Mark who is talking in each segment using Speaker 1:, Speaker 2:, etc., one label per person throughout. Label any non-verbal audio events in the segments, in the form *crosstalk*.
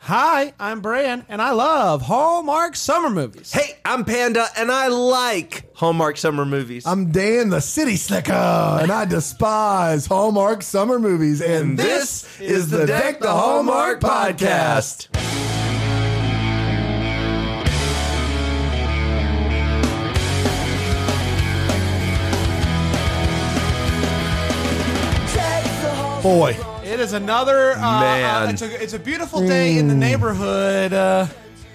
Speaker 1: Hi, I'm Bran, and I love Hallmark summer movies.
Speaker 2: Hey, I'm Panda, and I like Hallmark summer movies.
Speaker 3: I'm Dan the City Slicker, and I despise Hallmark summer movies. And this is the Deck the Hallmark podcast. Boy,
Speaker 1: It is another uh, uh,
Speaker 2: Man.
Speaker 1: it's, a, it's a beautiful day in the neighborhood. Uh,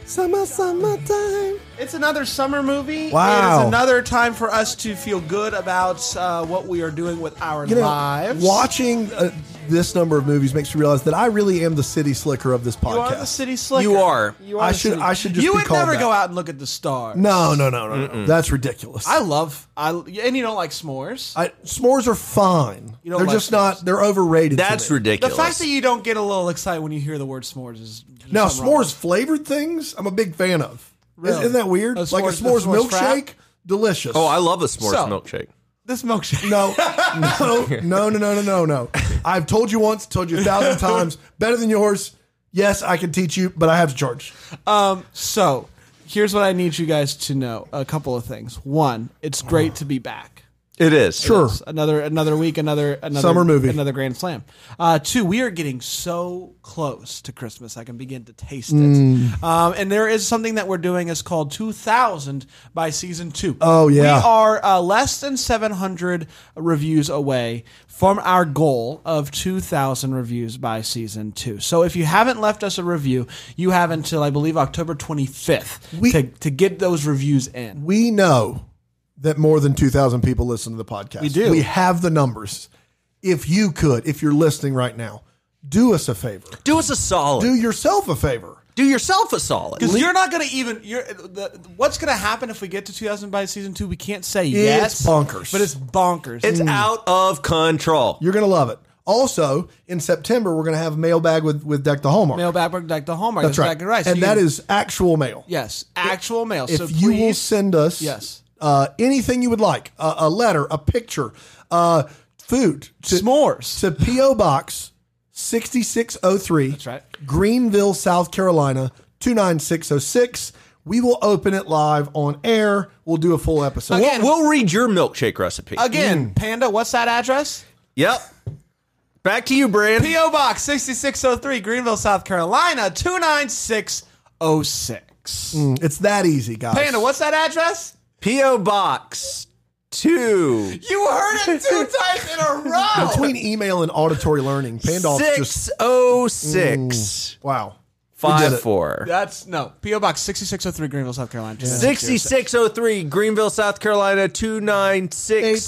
Speaker 3: summer, summertime.
Speaker 1: it's another summer movie.
Speaker 3: Wow.
Speaker 1: It is another time for us to feel good about uh, what we are doing with our
Speaker 3: You know,
Speaker 1: lives.
Speaker 3: watching uh, this number of movies makes me realize that I really am the City Slicker of this podcast.
Speaker 1: You are the city slicker.
Speaker 2: You are.
Speaker 1: You
Speaker 3: I
Speaker 1: the
Speaker 3: should-
Speaker 1: city-
Speaker 3: I should just
Speaker 1: You
Speaker 3: be
Speaker 1: would
Speaker 3: called
Speaker 1: never
Speaker 3: that.
Speaker 1: go out and look at the stars.
Speaker 3: No, no, no, no, no. That's ridiculous.
Speaker 1: I love. I and you don't like s'mores.
Speaker 3: I, s'mores are fine.
Speaker 1: You don't
Speaker 3: they're
Speaker 1: like
Speaker 3: just not. They're overrated. to
Speaker 2: That's
Speaker 3: me.
Speaker 1: the
Speaker 2: ridiculous.
Speaker 1: fact that you don't get a little excited when you hear the word s'mores is
Speaker 3: Now
Speaker 1: something wrong.
Speaker 3: s'mores flavored things, I'm a big fan of.
Speaker 1: Really?
Speaker 3: Isn't that weird?
Speaker 1: A
Speaker 3: like a
Speaker 1: s'mores- a
Speaker 3: s'mores,
Speaker 1: s'mores
Speaker 3: milkshake,
Speaker 1: frap?
Speaker 3: delicious.
Speaker 2: oh, I love a s'mores
Speaker 1: So-
Speaker 2: milkshake.
Speaker 1: This milkshake.
Speaker 2: *laughs*
Speaker 3: no, no, no, no, no, no, no, no. I've told you once, told you
Speaker 1: *laughs*
Speaker 3: a thousand times. Better than yours. Yes, I can teach you, but I have to charge.
Speaker 1: So, here's what I need you guys to know: a couple of things. One, it's great to be back.
Speaker 2: It is.
Speaker 3: Sure.
Speaker 1: It's another another week, another another
Speaker 3: Summer movie.
Speaker 1: another Grand Slam. Uh, two, we are getting so close to Christmas. I can begin to taste it.
Speaker 3: Mm.
Speaker 1: Um, and there is something that we're doing is called 2000 by season two.
Speaker 3: Oh, yeah.
Speaker 1: we are uh, less than 700 reviews away from our goal of 2000 reviews by season two. So if you haven't left us a review, you have until I believe October 25th
Speaker 3: We-
Speaker 1: to to get those reviews in.
Speaker 3: We know that more than 2,000 people listen to the podcast. We
Speaker 1: do.
Speaker 3: We have the numbers. If you could, if you're listening right now, do us a favor.
Speaker 2: Do us a solid.
Speaker 3: Do
Speaker 2: Do,
Speaker 3: yourself a favor.
Speaker 2: yourself a solid.
Speaker 1: Because you're not going to even. You're the, what's going to happen if we get to 2000 by season two? We can't say yes.
Speaker 3: bonkers.
Speaker 1: but it's bonkers.
Speaker 2: It's out of control.
Speaker 3: You're going to love it. Also, in September, we're going to have a mailbag with, with Deck the Hallmark.
Speaker 1: mail back like the hallmark.
Speaker 3: That's right.
Speaker 1: exactly right. So
Speaker 3: And
Speaker 1: you
Speaker 3: that
Speaker 1: can-
Speaker 3: is actual mail.
Speaker 1: yes, actual mail.
Speaker 3: If
Speaker 1: so
Speaker 3: you will
Speaker 1: please-
Speaker 3: send us
Speaker 1: Yes.
Speaker 3: uh, anything you would like, a, a letter, a picture, uh, food, to,
Speaker 1: s'mores.
Speaker 3: to P.O. Box 6603. That's
Speaker 1: right.
Speaker 3: Greenville, South Carolina 29606. We will open it live on air. We'll do a full episode.
Speaker 1: Again-
Speaker 2: We'll, we'll read your milkshake recipe.
Speaker 1: Again, Panda, what's that address?
Speaker 2: Yep. Back to you, Brand.
Speaker 1: P.O. Box 6603, Greenville, South Carolina, 29606.
Speaker 3: It's that easy, guys.
Speaker 1: Panda, what's that address?
Speaker 2: P.O. Box 2.
Speaker 1: You heard it
Speaker 3: *laughs*
Speaker 1: two times in a row.
Speaker 3: Between email and auditory learning, Pandolf just
Speaker 1: Mm.
Speaker 2: 606
Speaker 3: wow. We did it.
Speaker 2: 54.
Speaker 1: That's no. P.O. Box 6603, Greenville, South Carolina.
Speaker 2: 6603 Greenville, South Carolina 296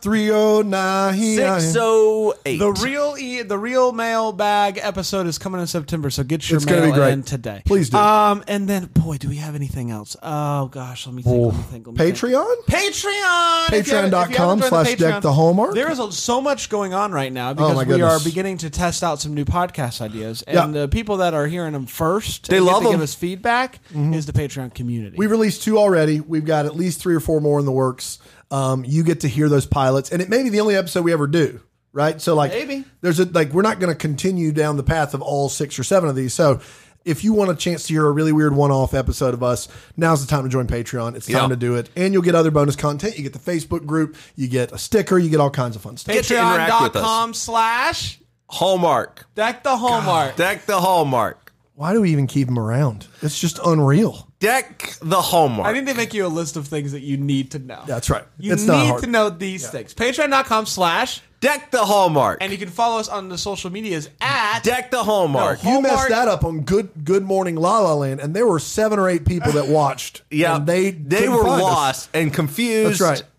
Speaker 3: 8675309.
Speaker 2: 608.
Speaker 1: The real e- the real mailbag episode is coming in September, so get your
Speaker 3: It's gonna
Speaker 1: mail
Speaker 3: be great.
Speaker 1: in today.
Speaker 3: Please do.
Speaker 1: Um, and then boy, do we have anything else? Oh gosh, let me think. Let me think. Let me think.
Speaker 3: Patreon?
Speaker 1: Patreon. If you haven't- if you haven't
Speaker 3: Patreon.com
Speaker 1: joined the
Speaker 3: slash
Speaker 1: Patreon,
Speaker 3: deck the hallmark? Oh,
Speaker 1: There is a, so much going on right now because
Speaker 3: my
Speaker 1: we are
Speaker 3: goodness.
Speaker 1: beginning to test out some new podcast ideas, and
Speaker 3: Yeah.
Speaker 1: the people that are hearing them first,
Speaker 2: They
Speaker 1: and get
Speaker 2: love
Speaker 1: to give
Speaker 2: 'em.
Speaker 1: us feedback. Is the Patreon community?
Speaker 3: Mm-hmm. We released two already. We've got at least three or four more in the works. Um, you get to hear those pilots, and it may be the only episode we ever do. Right? So, like,
Speaker 1: Maybe.
Speaker 3: there's a like we're not going to continue down the path of all six or seven of these. So, if you want a chance to hear a really weird one-off episode of us, now's the time to join Patreon. It's time
Speaker 2: Yeah.
Speaker 3: to do it, and you'll get other bonus content. You get the Facebook group, you get a sticker, you get all kinds of fun stuff.
Speaker 2: Get to interact with us.
Speaker 1: Patreon.com slash
Speaker 2: Hallmark.
Speaker 1: deck the hallmark.
Speaker 2: Deck the Hallmark.
Speaker 3: Why do we even keep them around? It's just unreal.
Speaker 2: Deck the
Speaker 1: I
Speaker 2: Hallmark.
Speaker 1: need to make you a list of things that you need to know.
Speaker 3: That's right.
Speaker 1: You
Speaker 3: it's
Speaker 1: need
Speaker 3: not hard.
Speaker 1: to know these things. Patreon.com slash,
Speaker 2: Deck the Hallmark.
Speaker 1: and you can follow us on the social medias at.
Speaker 2: Deck the Hallmark.
Speaker 1: No,
Speaker 3: You
Speaker 1: Hallmark-
Speaker 3: messed that up on Good Good Morning La La Land, and there were seven or eight people
Speaker 1: *sighs*
Speaker 3: that watched.
Speaker 2: yeah,
Speaker 3: and they
Speaker 2: they
Speaker 3: couldn't
Speaker 2: were
Speaker 3: find us.
Speaker 2: lost and confused.
Speaker 3: That's right.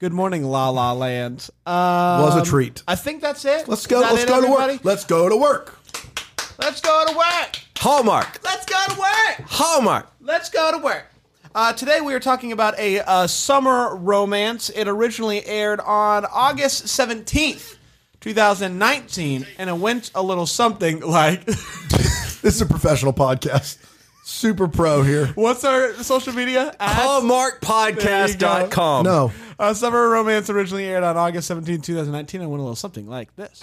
Speaker 1: Good morning, La La Land. Um,
Speaker 3: Was a treat.
Speaker 1: I think that's it.
Speaker 3: Let's go.
Speaker 1: Is that
Speaker 3: Let's
Speaker 1: it,
Speaker 3: go to
Speaker 1: everybody?
Speaker 3: work. Let's go to work.
Speaker 1: Let's go to work.
Speaker 2: Hallmark.
Speaker 1: Let's go to work.
Speaker 2: Hallmark.
Speaker 1: Let's go to work. Uh, today we are talking about a uh, summer romance. It originally aired on August 17th, 2019, and it went a little something *laughs* like.
Speaker 3: This is a professional podcast. Super pro here.
Speaker 1: What's our social media? At-
Speaker 2: HallmarkPodcast.com.
Speaker 3: No,
Speaker 1: Um, Uh, Summer Romance originally aired on August 17, 2019. I went a little something like this.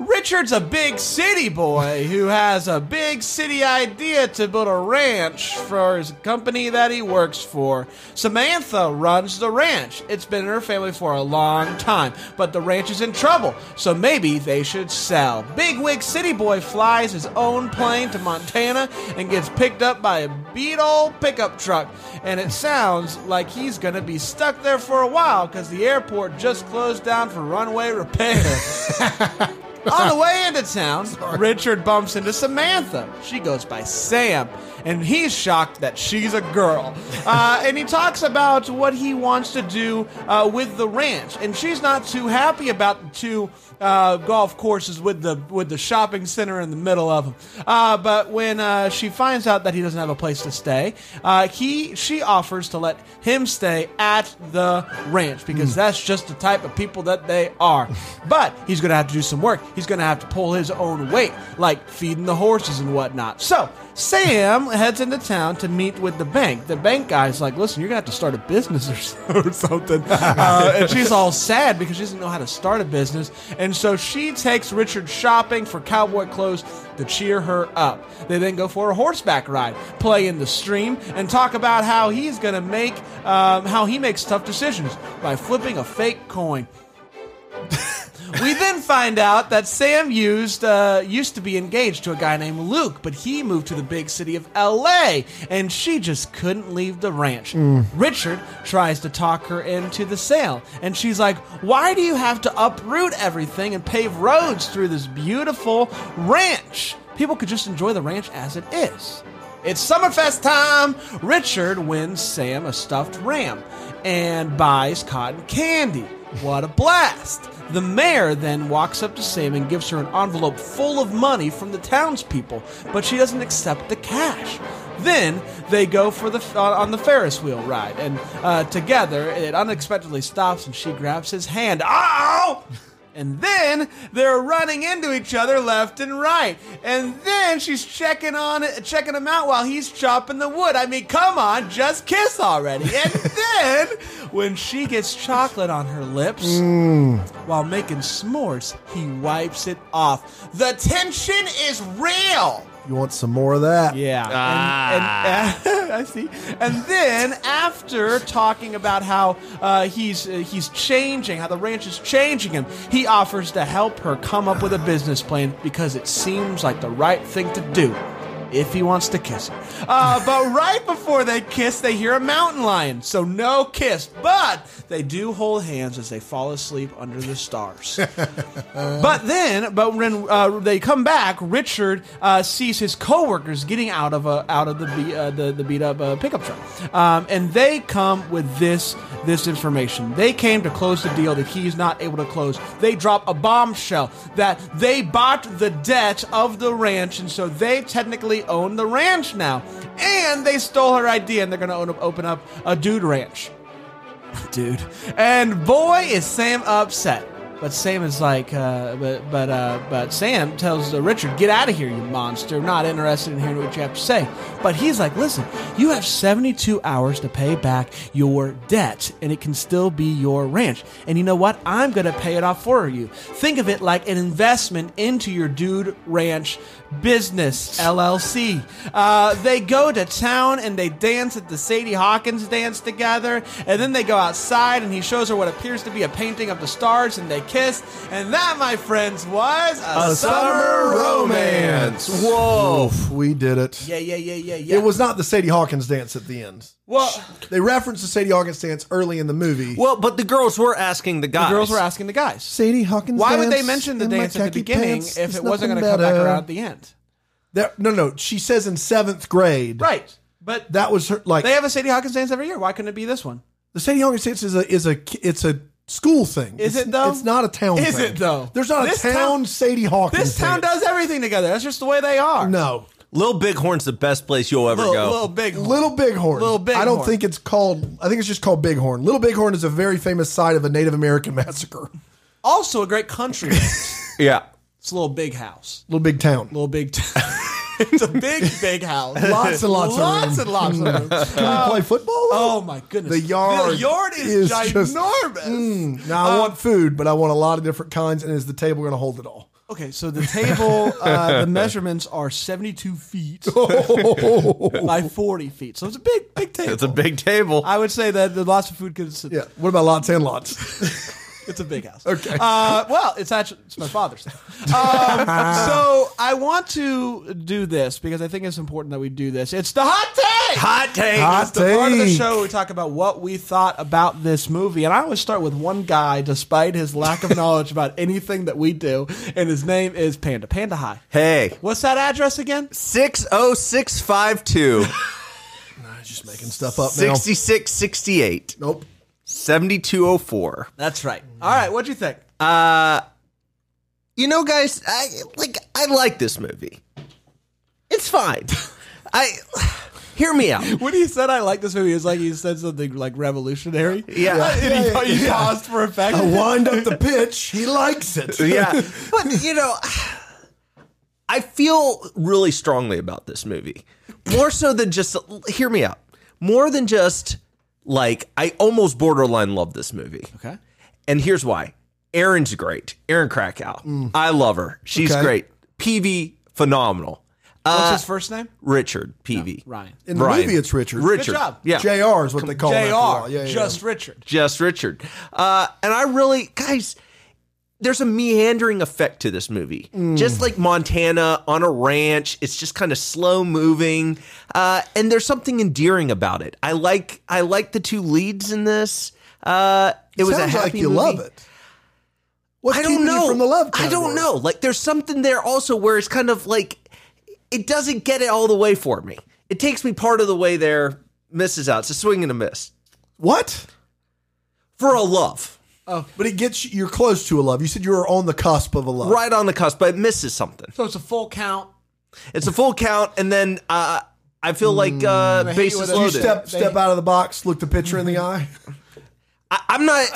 Speaker 1: Richard's a big city boy who has a big city idea to build a ranch for his company that he works for. Samantha runs the ranch. It's been in her family for a long time, but the ranch is in trouble, so maybe they should sell. Bigwig City Boy flies his own plane to Montana and gets picked up by a beat old pickup truck, and it sounds like he's gonna be stuck there for a while because the airport just closed down for runway repair. *laughs* On the way into town, Richard bumps into Samantha. She goes by Sam, and he's shocked that she's a girl. Uh, and he talks about what he wants to do uh, with the ranch, and she's not too happy about the two uh, golf courses with the with the shopping center in the middle of them. Uh, but when uh, she finds out that he doesn't have a place to stay, uh, he she offers to let him stay at the ranch because that's just the type of people that they are. But he's going to have to do some work. He's going to have to pull his own weight, like feeding the horses and whatnot. So Sam heads into town to meet with the bank. The bank guy's like, "Listen, you're going to have to start a business *laughs* or so- or something," uh, and she's all sad because she doesn't know how to start a business. And so she takes Richard shopping for cowboy clothes to cheer her up. They then go for a horseback ride, play in the stream, and talk about how he's going to make um, how he makes tough decisions by flipping a fake coin. We then find out that Sam used uh, used to be engaged to a guy named Luke, but he moved to the big city of L.A. and she just couldn't leave the ranch. Richard tries to talk her into the sale, and she's like, "Why do you have to uproot everything and pave roads through this beautiful ranch? People could just enjoy the ranch as it is." It's Summerfest time! Richard wins Sam a stuffed ram and buys cotton candy. What a blast! The mayor then walks up to Sam and gives her an envelope full of money from the townspeople, but she doesn't accept the cash. Then they go for the uh, on the Ferris wheel ride, and uh, together it unexpectedly stops, and she grabs his hand. Oh! And then they're running into each other left and right. And then she's checking on checking him out while he's chopping the wood. I mean, come on, just kiss already. And then when she gets chocolate on her lips while making s'mores, he wipes it off. The tension is real.
Speaker 3: You want some more of that?
Speaker 1: Yeah. And, and, *laughs* I see. And then after talking about how uh, he's uh, he's changing, how the ranch is changing him, he offers to help her come up with a business plan because it seems like the right thing to do. If he wants to kiss her. Uh, but right before they kiss, they hear a mountain lion. So no kiss. But they do hold hands as they fall asleep under the stars. But then, but when uh, they come back, Richard uh, sees his coworkers getting out of a, out of the be, uh, the, the beat up uh, pickup truck, um, and they come with this this information. They came to close the deal that he's not able to close. They drop a bombshell that they bought the debt of the ranch, and so they technically own the ranch now. And they stole her idea, and they're going to own, open up a dude ranch dude. And boy, is Sam upset. But Sam is like, uh, but but uh, but Sam tells uh, Richard, "Get out of here, you monster! Not interested in hearing what you have to say." But he's like, "Listen, you have 72 hours to pay back your debt, and it can still be your ranch. And you know what? I'm gonna pay it off for you. Think of it like an investment into your dude ranch business LLC." Uh, they go to town and they dance at the Sadie Hawkins dance together, and then they go outside and he shows her what appears to be a painting of the stars, and they kiss. And that, my friends, was a, summer romance.
Speaker 2: Whoa.
Speaker 3: Oof, we did it.
Speaker 1: Yeah, yeah, yeah, yeah, yeah.
Speaker 3: It was not the Sadie Hawkins dance at the end.
Speaker 1: well.
Speaker 3: They referenced the Sadie Hawkins dance early in the movie.
Speaker 2: Well, but the girls were asking the guys.
Speaker 1: Girls were asking the guys.
Speaker 3: Sadie Hawkins.
Speaker 1: Why
Speaker 3: dance
Speaker 1: would they mention the
Speaker 3: in my
Speaker 1: dance at the
Speaker 3: khaki
Speaker 1: beginning
Speaker 3: pants?
Speaker 1: if
Speaker 3: There's
Speaker 1: it wasn't going to
Speaker 3: nothing
Speaker 1: come back
Speaker 3: better.
Speaker 1: around at the end?
Speaker 3: That- no, no. She says in seventh grade.
Speaker 1: Right. But
Speaker 3: That was her. Like
Speaker 1: they have a Sadie Hawkins dance every year. Why couldn't it be this one?
Speaker 3: the Sadie Hawkins dance is a is a it's a school thing.
Speaker 1: Is
Speaker 3: It's-
Speaker 1: it, though?
Speaker 3: It's not a town.
Speaker 1: Is
Speaker 3: thing.
Speaker 1: it, though?
Speaker 3: There's not
Speaker 1: This
Speaker 3: a town,
Speaker 1: town-
Speaker 3: Sadie Hawkins.
Speaker 1: This town
Speaker 3: dance.
Speaker 1: does everything together. That's just the way they are.
Speaker 3: No,
Speaker 2: Little Bighorn's the best place you'll ever
Speaker 1: Little,
Speaker 2: go.
Speaker 1: little big.
Speaker 3: Little Bighorn.
Speaker 1: Little
Speaker 3: I don't
Speaker 1: Bighorn.
Speaker 3: think it's called. I think it's just called Bighorn. Little Bighorn is a very famous site of a Native American *laughs* massacre.
Speaker 1: Also a great country. dance.
Speaker 2: yeah.
Speaker 1: it's a little big house.
Speaker 3: Little Big Town.
Speaker 1: Little big.
Speaker 3: *laughs*
Speaker 1: T- it's a big big house.
Speaker 3: Lots and lots of
Speaker 1: lots
Speaker 3: room.
Speaker 1: and lots of room.
Speaker 3: Can we play football?
Speaker 1: Oh my goodness!
Speaker 3: The yard
Speaker 1: The yard is,
Speaker 3: is just- Mm.
Speaker 1: ginormous. Um,
Speaker 3: now I want food, but I want a lot of different kinds. And is the table going to hold it all?
Speaker 1: Okay, so the table, uh, the measurements are 72
Speaker 3: *laughs*
Speaker 1: feet
Speaker 3: Oh.
Speaker 1: by 40 feet. So it's a big, big table.
Speaker 2: It's a big table.
Speaker 1: I would say that there's lots of food could sit.
Speaker 3: Yeah. What about lots *laughs* and lots?
Speaker 1: It's a big house. Okay. Uh, well, it's actually it's my father's. Um, so I want to do this because I think it's important that we do this. It's the hot take.
Speaker 2: Hot take.
Speaker 3: Hot
Speaker 1: It's the part of the
Speaker 3: take.
Speaker 1: show where we talk about what we thought about this movie. And I always start with one guy, despite his lack of knowledge about anything that we do. And his name is Panda. Panda High.
Speaker 2: Hey,
Speaker 1: What's that address again?
Speaker 2: 60652
Speaker 3: Just making stuff up now.
Speaker 2: 6668
Speaker 3: Nope.
Speaker 2: 7204.
Speaker 1: That's right. All right. What'd you think?
Speaker 2: You know, guys, I like I like this movie. It's fine. I hear me out.
Speaker 1: When he said I like this movie, it's like he said something like revolutionary.
Speaker 2: Yeah.
Speaker 1: *laughs* And he, he paused for effect.
Speaker 3: I wind up the pitch. He likes it.
Speaker 2: *laughs* yeah. But you know, I feel really strongly about this movie. More so than just hear me out. More than just like I almost borderline love this movie.
Speaker 1: Okay.
Speaker 2: And here's why. Erin's great. Erin Krakow.
Speaker 1: Mm.
Speaker 2: I love her. She's
Speaker 3: Okay.
Speaker 2: great. PV phenomenal.
Speaker 1: What's
Speaker 2: Uh,
Speaker 1: his first name?
Speaker 2: Richard PV.
Speaker 1: Ryan.
Speaker 3: *laughs* In the
Speaker 2: Ryan.
Speaker 3: movie, it's Richard.
Speaker 2: Richard.
Speaker 1: job.
Speaker 2: Yeah.
Speaker 3: JR is what they call him. after a
Speaker 1: JR,
Speaker 3: while. Yeah, yeah,
Speaker 1: just Richard.
Speaker 2: just Richard. Uh, and I really, guys, there's a meandering effect to this movie.
Speaker 3: Mm.
Speaker 2: Just like Montana on a ranch, it's just kind of slow moving, uh, and there's something endearing about it. I like, I like the two leads in this. Uh, it,
Speaker 3: It
Speaker 2: was
Speaker 3: sounds
Speaker 2: a happy
Speaker 3: like you
Speaker 2: movie.
Speaker 3: love it. What's
Speaker 2: I don't
Speaker 3: keeping
Speaker 2: know
Speaker 3: You from the love.
Speaker 2: I don't
Speaker 3: category?
Speaker 2: know. Like there's something there also where it's kind of like it doesn't get it all the way for me. It takes me part of the way there, misses out. It's a swing and a miss
Speaker 3: What?
Speaker 2: for a love.
Speaker 3: But it gets you- you're close to a love. You said you were on the cusp of a love.
Speaker 2: right on the cusp, but it misses something.
Speaker 1: So it's a full count.
Speaker 2: It's a full count, and then uh, I feel like uh,
Speaker 1: Mm, hate
Speaker 2: base
Speaker 1: you
Speaker 2: is
Speaker 1: with a-
Speaker 3: You
Speaker 2: loaded.
Speaker 3: step step out of the box, look the picture in the eye.
Speaker 2: I,
Speaker 1: *laughs*
Speaker 2: I'm not.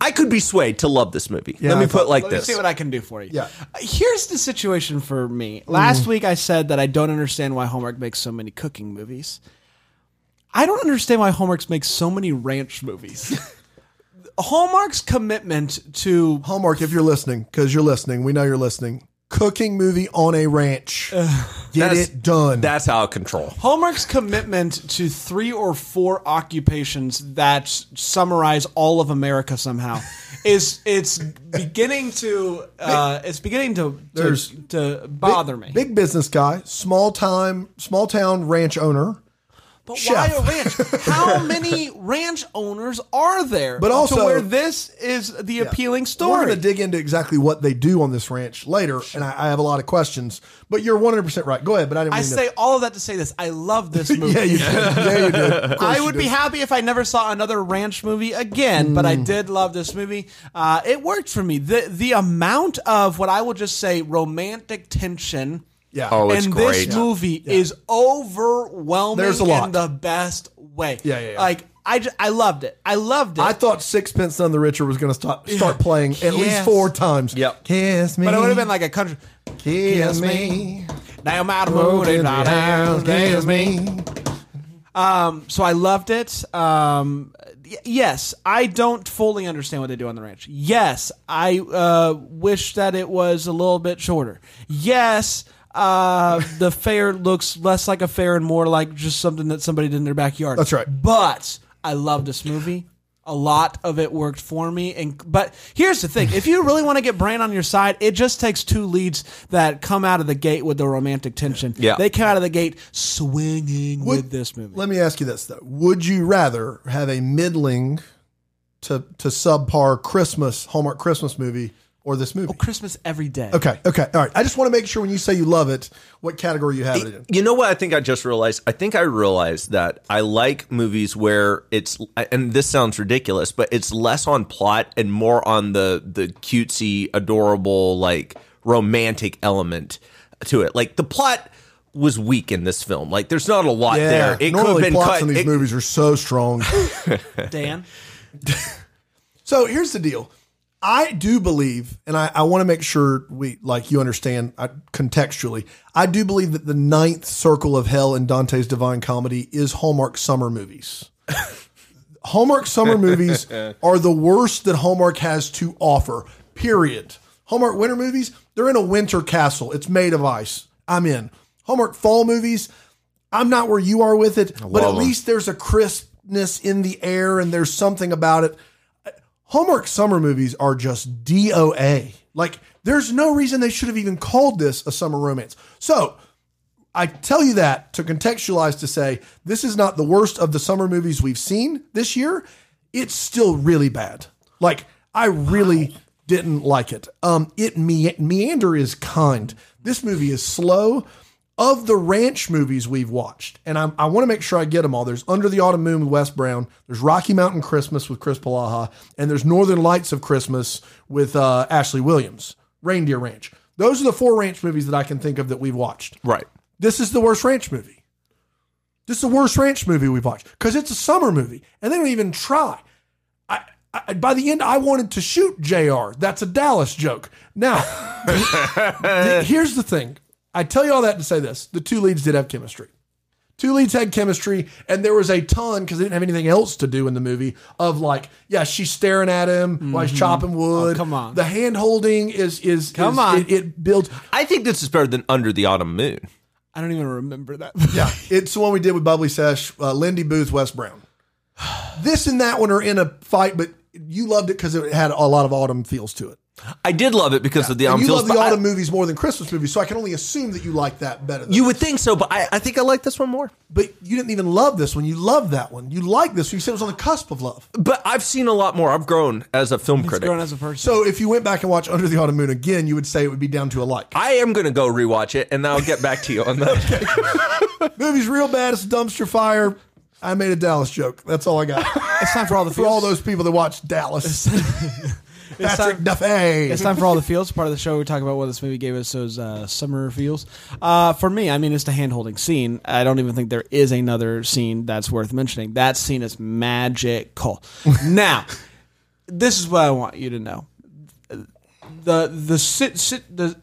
Speaker 2: I could be swayed to love this movie. Let me
Speaker 3: I
Speaker 2: put it like
Speaker 1: Let me
Speaker 2: this.
Speaker 1: see what I can do for you.
Speaker 3: Yeah. Mm.
Speaker 1: Uh, Here's the situation for me. Last week I said that I don't understand why Hallmark makes so many cooking movies. I don't understand why Hallmark makes so many ranch
Speaker 3: *laughs*
Speaker 1: movies. Hallmark's commitment to
Speaker 3: Hallmark, if you're listening, because you're listening, we know you're listening. Cooking movie on a ranch. Get
Speaker 2: That's-
Speaker 3: it done.
Speaker 2: That's out of control.
Speaker 1: Hallmark's commitment to three or four occupations that s- summarize all of America
Speaker 3: *laughs*
Speaker 1: somehow is it's beginning to uh, it's beginning to
Speaker 3: There's-
Speaker 1: to, to bother me.
Speaker 3: Big business guy, small time, small town ranch owner.
Speaker 1: but
Speaker 3: chef.
Speaker 1: why a ranch?
Speaker 3: *laughs*
Speaker 1: How many ranch owners are there?
Speaker 3: But
Speaker 1: to
Speaker 3: also-
Speaker 1: where this is the appealing
Speaker 3: We're
Speaker 1: story.
Speaker 3: going to dig into exactly what they do on this ranch later, and I, I have a lot of questions. But you're 100 percent right. Go ahead, but I didn't.
Speaker 1: I
Speaker 3: mean to-
Speaker 1: say all of that to say this. I love this movie.
Speaker 3: *laughs* yeah,
Speaker 1: *laughs*
Speaker 3: you did. Yeah, you did. Of course
Speaker 1: I
Speaker 3: you
Speaker 1: would
Speaker 3: did.
Speaker 1: be happy if I never saw another ranch movie again, but I
Speaker 3: Mm.
Speaker 1: did love this movie. Uh, it worked for me. The the amount of what I will just say romantic tension
Speaker 3: Yeah.
Speaker 2: Oh, it's
Speaker 1: in
Speaker 2: great.
Speaker 1: this movie is overwhelming
Speaker 3: There's a lot.
Speaker 1: in the best way.
Speaker 3: Yeah, yeah, yeah.
Speaker 1: Like I, ju- I loved it. I loved it.
Speaker 3: I thought Sixpence None the Richer was going to start start playing at least
Speaker 1: Yes.
Speaker 3: four times.
Speaker 2: Yep.
Speaker 3: Kiss me.
Speaker 1: but it would have been like a country.
Speaker 3: kiss
Speaker 1: Kiss
Speaker 3: me.
Speaker 1: me. No matter
Speaker 3: Oh,
Speaker 1: who they not have,
Speaker 3: kiss
Speaker 1: kiss
Speaker 3: me.
Speaker 1: so I loved it. Um, y- yes, I don't fully understand what they do on the ranch. Yes, I uh, wish that it was a little bit shorter. Yes,
Speaker 3: *laughs*
Speaker 1: uh, the fair looks less like a fair and more like just something that somebody did in their backyard.
Speaker 3: That's right.
Speaker 1: But I love this movie. A lot of it worked for me, and but here's the thing: if you really want to get Brain on your side, it just takes two leads that come out of the gate with the romantic tension.
Speaker 2: Yeah.
Speaker 1: they came out of the gate swinging with this movie.
Speaker 3: Let me ask you this though: Would you rather have a middling to to subpar Christmas Hallmark Christmas movie or this movie?
Speaker 1: Christmas every day.
Speaker 3: Okay. Okay. All right. I just want to make sure when you say you love it, what category you have it in.
Speaker 2: You know what I think I just realized? I think I realized that I like movies where it's and this sounds ridiculous, but it's less on plot and more on the the cutesy, adorable, like romantic element to it. Like the plot was weak in this film. Like there's not a lot there. It could have
Speaker 3: Normally,
Speaker 2: been
Speaker 3: plots
Speaker 2: cut.
Speaker 3: in these
Speaker 2: it-
Speaker 3: movies are so strong.
Speaker 1: Dan.
Speaker 3: So here's the deal. I do believe, and I, I want to make sure we like you understand uh, contextually. I do believe that the ninth circle of hell in Dante's Divine Comedy is Hallmark summer movies. *laughs* Hallmark summer movies are the worst that Hallmark has to offer. Period. Hallmark winter movies, they're in a winter castle. It's made of ice. I'm in. Hallmark fall movies, I'm not where you are with it, but at
Speaker 2: love 'em.
Speaker 3: least there's a crispness in the air and there's something about it. Hallmark summer movies are just DOA. Like, there's no reason they should have even called this a summer romance. So, I tell you that to contextualize to say this is not the worst of the summer movies we've seen this year. It's still really bad. Like I really didn't like it. Um, it me- meander is kind. This movie is slow. Of the ranch movies we've watched, and I'm, I want to make sure I get them all. There's Under the Autumn Moon with Wes Brown. There's Rocky Mountain Christmas with Chris Palaha, and there's Northern Lights of Christmas with uh, Ashley Williams. Reindeer Ranch. Those are the four ranch movies that I can think of that we've watched
Speaker 2: Right.
Speaker 3: this is the worst ranch movie. This is the worst ranch movie we've watched because it's a summer movie and they don't even try. I, I by the end I wanted to shoot Jr. That's a Dallas joke. Now,
Speaker 1: *laughs*
Speaker 3: th- here's the thing. I tell you all that to say this: the two leads did have chemistry. Two leads had chemistry, and there was a ton because they didn't have anything else to do in the movie. Of like, yeah, she's staring at him while he's chopping wood.
Speaker 1: Mm-hmm. Oh, come on.
Speaker 3: the hand holding is is
Speaker 1: Come
Speaker 3: is-
Speaker 1: on.
Speaker 3: It, it builds.
Speaker 2: I think this is better than Under the Autumn Moon.
Speaker 1: I don't even remember that.
Speaker 3: Yeah, it's the one we did with Bubbly Sesh, uh, Lindy Booth, Wes Brown. This and that one are in a fight, but you loved it because it had a lot of autumn feels to it.
Speaker 2: I did love it because of the
Speaker 3: And
Speaker 2: autumn
Speaker 3: you
Speaker 2: feels.
Speaker 3: love the
Speaker 2: but I-
Speaker 3: autumn movies more than Christmas movies, so I can only assume that you like that better. Than
Speaker 2: you would think so, but I, I think I like this one more.
Speaker 3: but you didn't even love this one. You loved that one. You liked this one. You said it was on the cusp of love.
Speaker 2: But I've seen a lot more. I've grown as a film critic.
Speaker 1: Grown as a person.
Speaker 3: So if you went back and watched Under the Autumn Moon again, you would say it would be down to a like.
Speaker 2: I am going to go rewatch it, and I'll get back to you on
Speaker 3: *laughs*
Speaker 2: that.
Speaker 3: Movie's real bad. It's a dumpster fire. I made a Dallas joke. That's all I got.
Speaker 1: it's time for all the
Speaker 3: For all those people that watch Dallas,
Speaker 1: *laughs*
Speaker 3: Patrick
Speaker 1: time-
Speaker 3: Duffy.
Speaker 1: It's time for all the feels. Part of the show we talk about what this movie gave us those uh, summer feels. Uh, for me, I mean, it's the hand holding scene. I don't even think there is another scene that's worth mentioning. That scene is magical. now, this is what I want you to know: the the sit sit the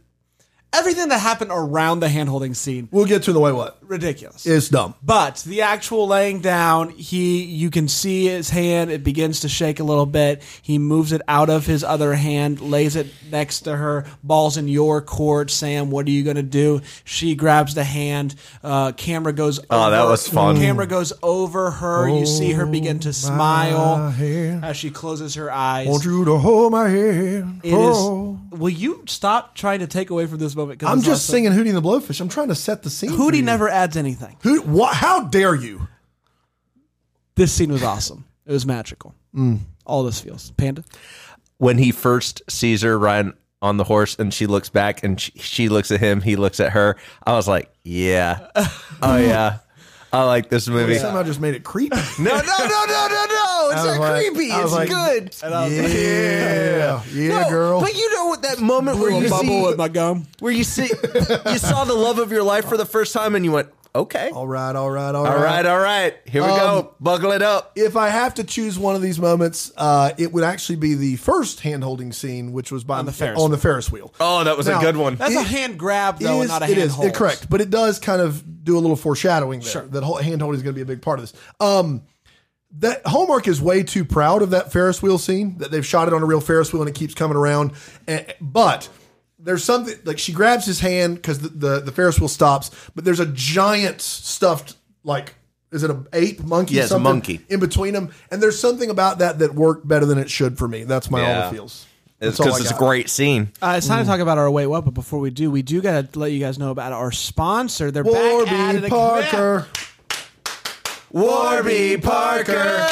Speaker 1: everything that happened around the hand holding scene
Speaker 3: We'll get to the way what.
Speaker 1: ridiculous.
Speaker 3: It's dumb.
Speaker 1: But the actual laying down, he you can see his hand, it begins to shake a little bit. He moves it out of his other hand, lays it next to her, balls in your court, Sam, what are you gonna do? She grabs the hand, uh, camera goes
Speaker 2: Oh, that
Speaker 1: over-
Speaker 2: was fun.
Speaker 1: Camera goes over her, you see her begin to smile
Speaker 3: hand.
Speaker 1: as she closes her eyes.
Speaker 3: want you to hold my hand. Oh.
Speaker 1: It is- will you stop trying to take away from this moment? 'Cause
Speaker 3: I'm
Speaker 1: it's
Speaker 3: just
Speaker 1: awesome.
Speaker 3: singing Hootie and the Blowfish. I'm trying to set the scene.
Speaker 1: Hootie never adds anything.
Speaker 3: Who? What? How dare you?
Speaker 1: This scene was awesome. It was magical. All this feels. Panda?
Speaker 2: when he first sees her ride on the horse and she looks back and she, she looks at him, he looks at her. I was like,
Speaker 3: *laughs*
Speaker 2: yeah. Oh, yeah. I like this movie.
Speaker 3: Somehow just made it *laughs* creepy.
Speaker 2: No, no, no, no, no, no. It's not
Speaker 3: like-
Speaker 2: creepy.
Speaker 3: I
Speaker 2: It's
Speaker 3: was like-
Speaker 2: good.
Speaker 3: *laughs* yeah, yeah,
Speaker 2: No,
Speaker 3: girl.
Speaker 2: But you know what that moment where you see
Speaker 1: my gum.
Speaker 2: where you
Speaker 3: *laughs*
Speaker 2: see you saw the love of your life for the first time and you went, okay.
Speaker 3: all right, all right, Um,
Speaker 2: All right, all right. Here we go. Buckle it up.
Speaker 3: If I have to choose one of these moments, uh, it would actually be the first hand-holding scene, which was by on
Speaker 1: the Ferris
Speaker 3: on the Ferris wheel.
Speaker 2: Oh, that was
Speaker 3: Now-
Speaker 2: a good one.
Speaker 1: That's a
Speaker 3: It-
Speaker 1: hand grab, though,
Speaker 3: It
Speaker 1: and
Speaker 3: is-
Speaker 1: not a
Speaker 3: it
Speaker 1: hand
Speaker 3: is,
Speaker 1: hold.
Speaker 3: it- correct, but it does kind of do a little foreshadowing there.
Speaker 1: Sure.
Speaker 3: That whole hand holding is going to be a big part of this. Um, that Hallmark is way too proud of that Ferris wheel scene that they've shot it on a real Ferris wheel and it keeps coming around. And, but there's something like she grabs his hand because the, the the Ferris wheel stops, but there's a giant stuffed like. Is it an ape monkey?
Speaker 2: Yeah, it's a
Speaker 3: something
Speaker 2: monkey.
Speaker 3: in between them, and there's something about that that worked better than it should for me. That's my all
Speaker 2: Yeah.
Speaker 3: it feels.
Speaker 2: It's
Speaker 3: That's all I
Speaker 2: because it's a
Speaker 3: got.
Speaker 2: great scene.
Speaker 1: Uh, it's time to talk about our wait what, but before we do, we do got to let you guys know about our sponsor. They're back at it
Speaker 3: Warby
Speaker 1: again.
Speaker 3: Parker.
Speaker 2: Warby Parker.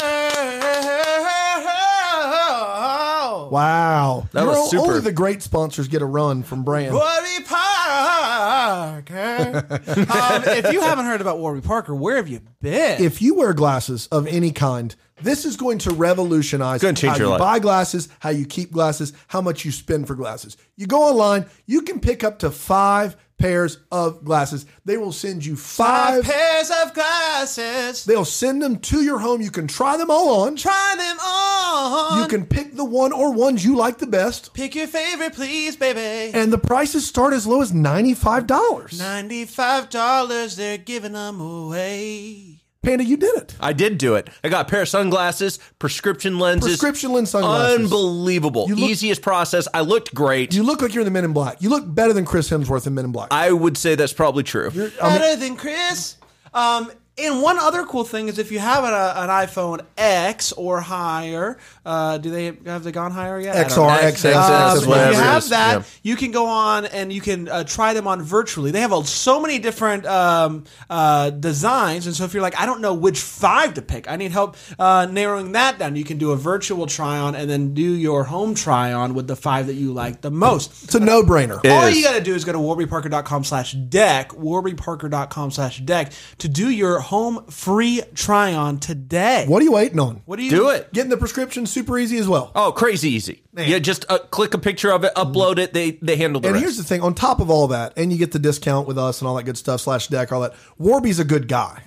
Speaker 3: Wow.
Speaker 2: That
Speaker 3: You're
Speaker 2: was
Speaker 3: o-
Speaker 2: super.
Speaker 3: Only the great sponsors get a run from brands.
Speaker 1: Warby Parker. um, if you haven't heard about Warby Parker, where have you been?
Speaker 3: If you wear glasses of any kind, this is going to revolutionize
Speaker 2: Gonna change
Speaker 3: how
Speaker 2: your
Speaker 3: you
Speaker 2: life.
Speaker 3: buy glasses, how you keep glasses, how much you spend for glasses. You go online, you can pick up to five pairs of glasses. They will send you five.
Speaker 1: pairs of glasses.
Speaker 3: They'll send them to your home. You can try them all on.
Speaker 1: Try them on.
Speaker 3: You can pick the one or ones you like the best.
Speaker 1: Pick your favorite, please, baby.
Speaker 3: And the prices start as low as $95.
Speaker 1: Ninety-five dollars. They're giving them away.
Speaker 3: Panda, you did it.
Speaker 2: I did do it. I got a pair of sunglasses, prescription lenses.
Speaker 3: Prescription lens sunglasses.
Speaker 2: Unbelievable.
Speaker 3: look-
Speaker 2: Easiest process. I looked great.
Speaker 3: You look like you're in the Men in Black. You look better than Chris Hemsworth in Men in Black.
Speaker 2: I would say that's probably true.
Speaker 1: better than Chris. Um, and one other cool thing is if you have an, uh, an iPhone X or higher, uh, do they have they gone higher yet? I don't know.
Speaker 3: XR,
Speaker 2: X-
Speaker 3: XS,
Speaker 2: X-
Speaker 1: Um,
Speaker 2: That's
Speaker 1: if
Speaker 2: X- whatever
Speaker 1: you
Speaker 2: it
Speaker 1: have
Speaker 2: is,
Speaker 1: that,
Speaker 2: yeah.
Speaker 1: you can go on and you can uh, try them on virtually. They have uh, so many different um, uh, designs, and so if you're like, I don't know which five to pick, I need help uh, narrowing that down. You can do a virtual try on and then do your home try on with the five that you like the most.
Speaker 3: it's a no brainer.
Speaker 1: All
Speaker 2: is.
Speaker 1: you got to do is go to warbyparker.com slash deck, warbyparker.com slash deck, to do your home free try on today.
Speaker 3: What are you waiting on?
Speaker 1: What do you
Speaker 2: Do it.
Speaker 3: Getting the prescription super easy as well.
Speaker 2: Oh, crazy easy. Yeah, just uh, click a picture of it, upload it. They they handle the
Speaker 3: And
Speaker 2: rest.
Speaker 3: here's the thing on top of all that, and you get the discount with us and all that good stuff, slash deck, all that. Warby's a good guy.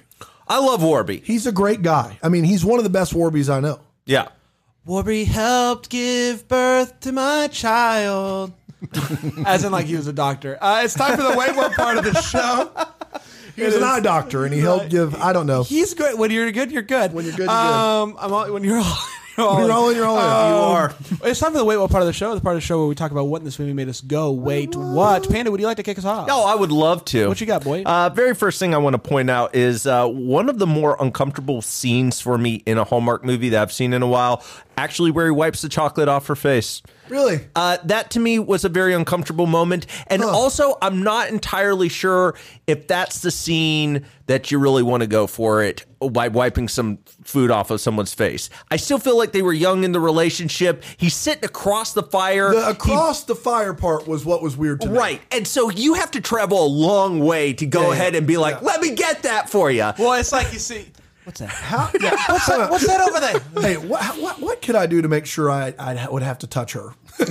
Speaker 2: I love Warby.
Speaker 3: He's a great guy. I mean, he's one of the best Warbies I know.
Speaker 2: Yeah.
Speaker 1: Warby helped give birth to my
Speaker 3: *laughs*
Speaker 1: child. As in, like he was a doctor. Uh, it's time for the way more part of the show.
Speaker 3: He was an eye doctor and he helped give, I don't know.
Speaker 1: He's good. When you're good, you're good. When
Speaker 3: you're good, you're good.
Speaker 1: um, I'm all, when you're all. *laughs* Um,
Speaker 3: You're all in, you're all in. You are.
Speaker 1: It's time for the wait what part of the show, the part of the show where we talk about what in this movie made us go. Wait, what? Panda, would you like to kick us off?
Speaker 2: Oh, I would love to.
Speaker 1: What you got, boy?
Speaker 2: Uh, very first thing I want to point out is uh, one of the more uncomfortable scenes for me in a Hallmark movie that I've seen in a while. Actually, where he wipes the chocolate off her face.
Speaker 3: Really?
Speaker 2: Uh, that to me was a very uncomfortable moment. And also, I'm not entirely sure if that's the scene that you really want to go for it by wiping some food off of someone's face. I still feel like they were young in the relationship. He's sitting across the fire.
Speaker 3: The
Speaker 2: He-
Speaker 3: across the fire part was what was weird to me.
Speaker 2: Right. And so you have to travel a long way to go
Speaker 3: yeah,
Speaker 2: ahead and be like, let me get that for you.
Speaker 1: well, it's like you see. *laughs* What's that?
Speaker 3: How, yeah, what's that?
Speaker 1: What's that over there?
Speaker 3: Hey, what, how- what what could I do to make sure I I would have to touch her? *laughs*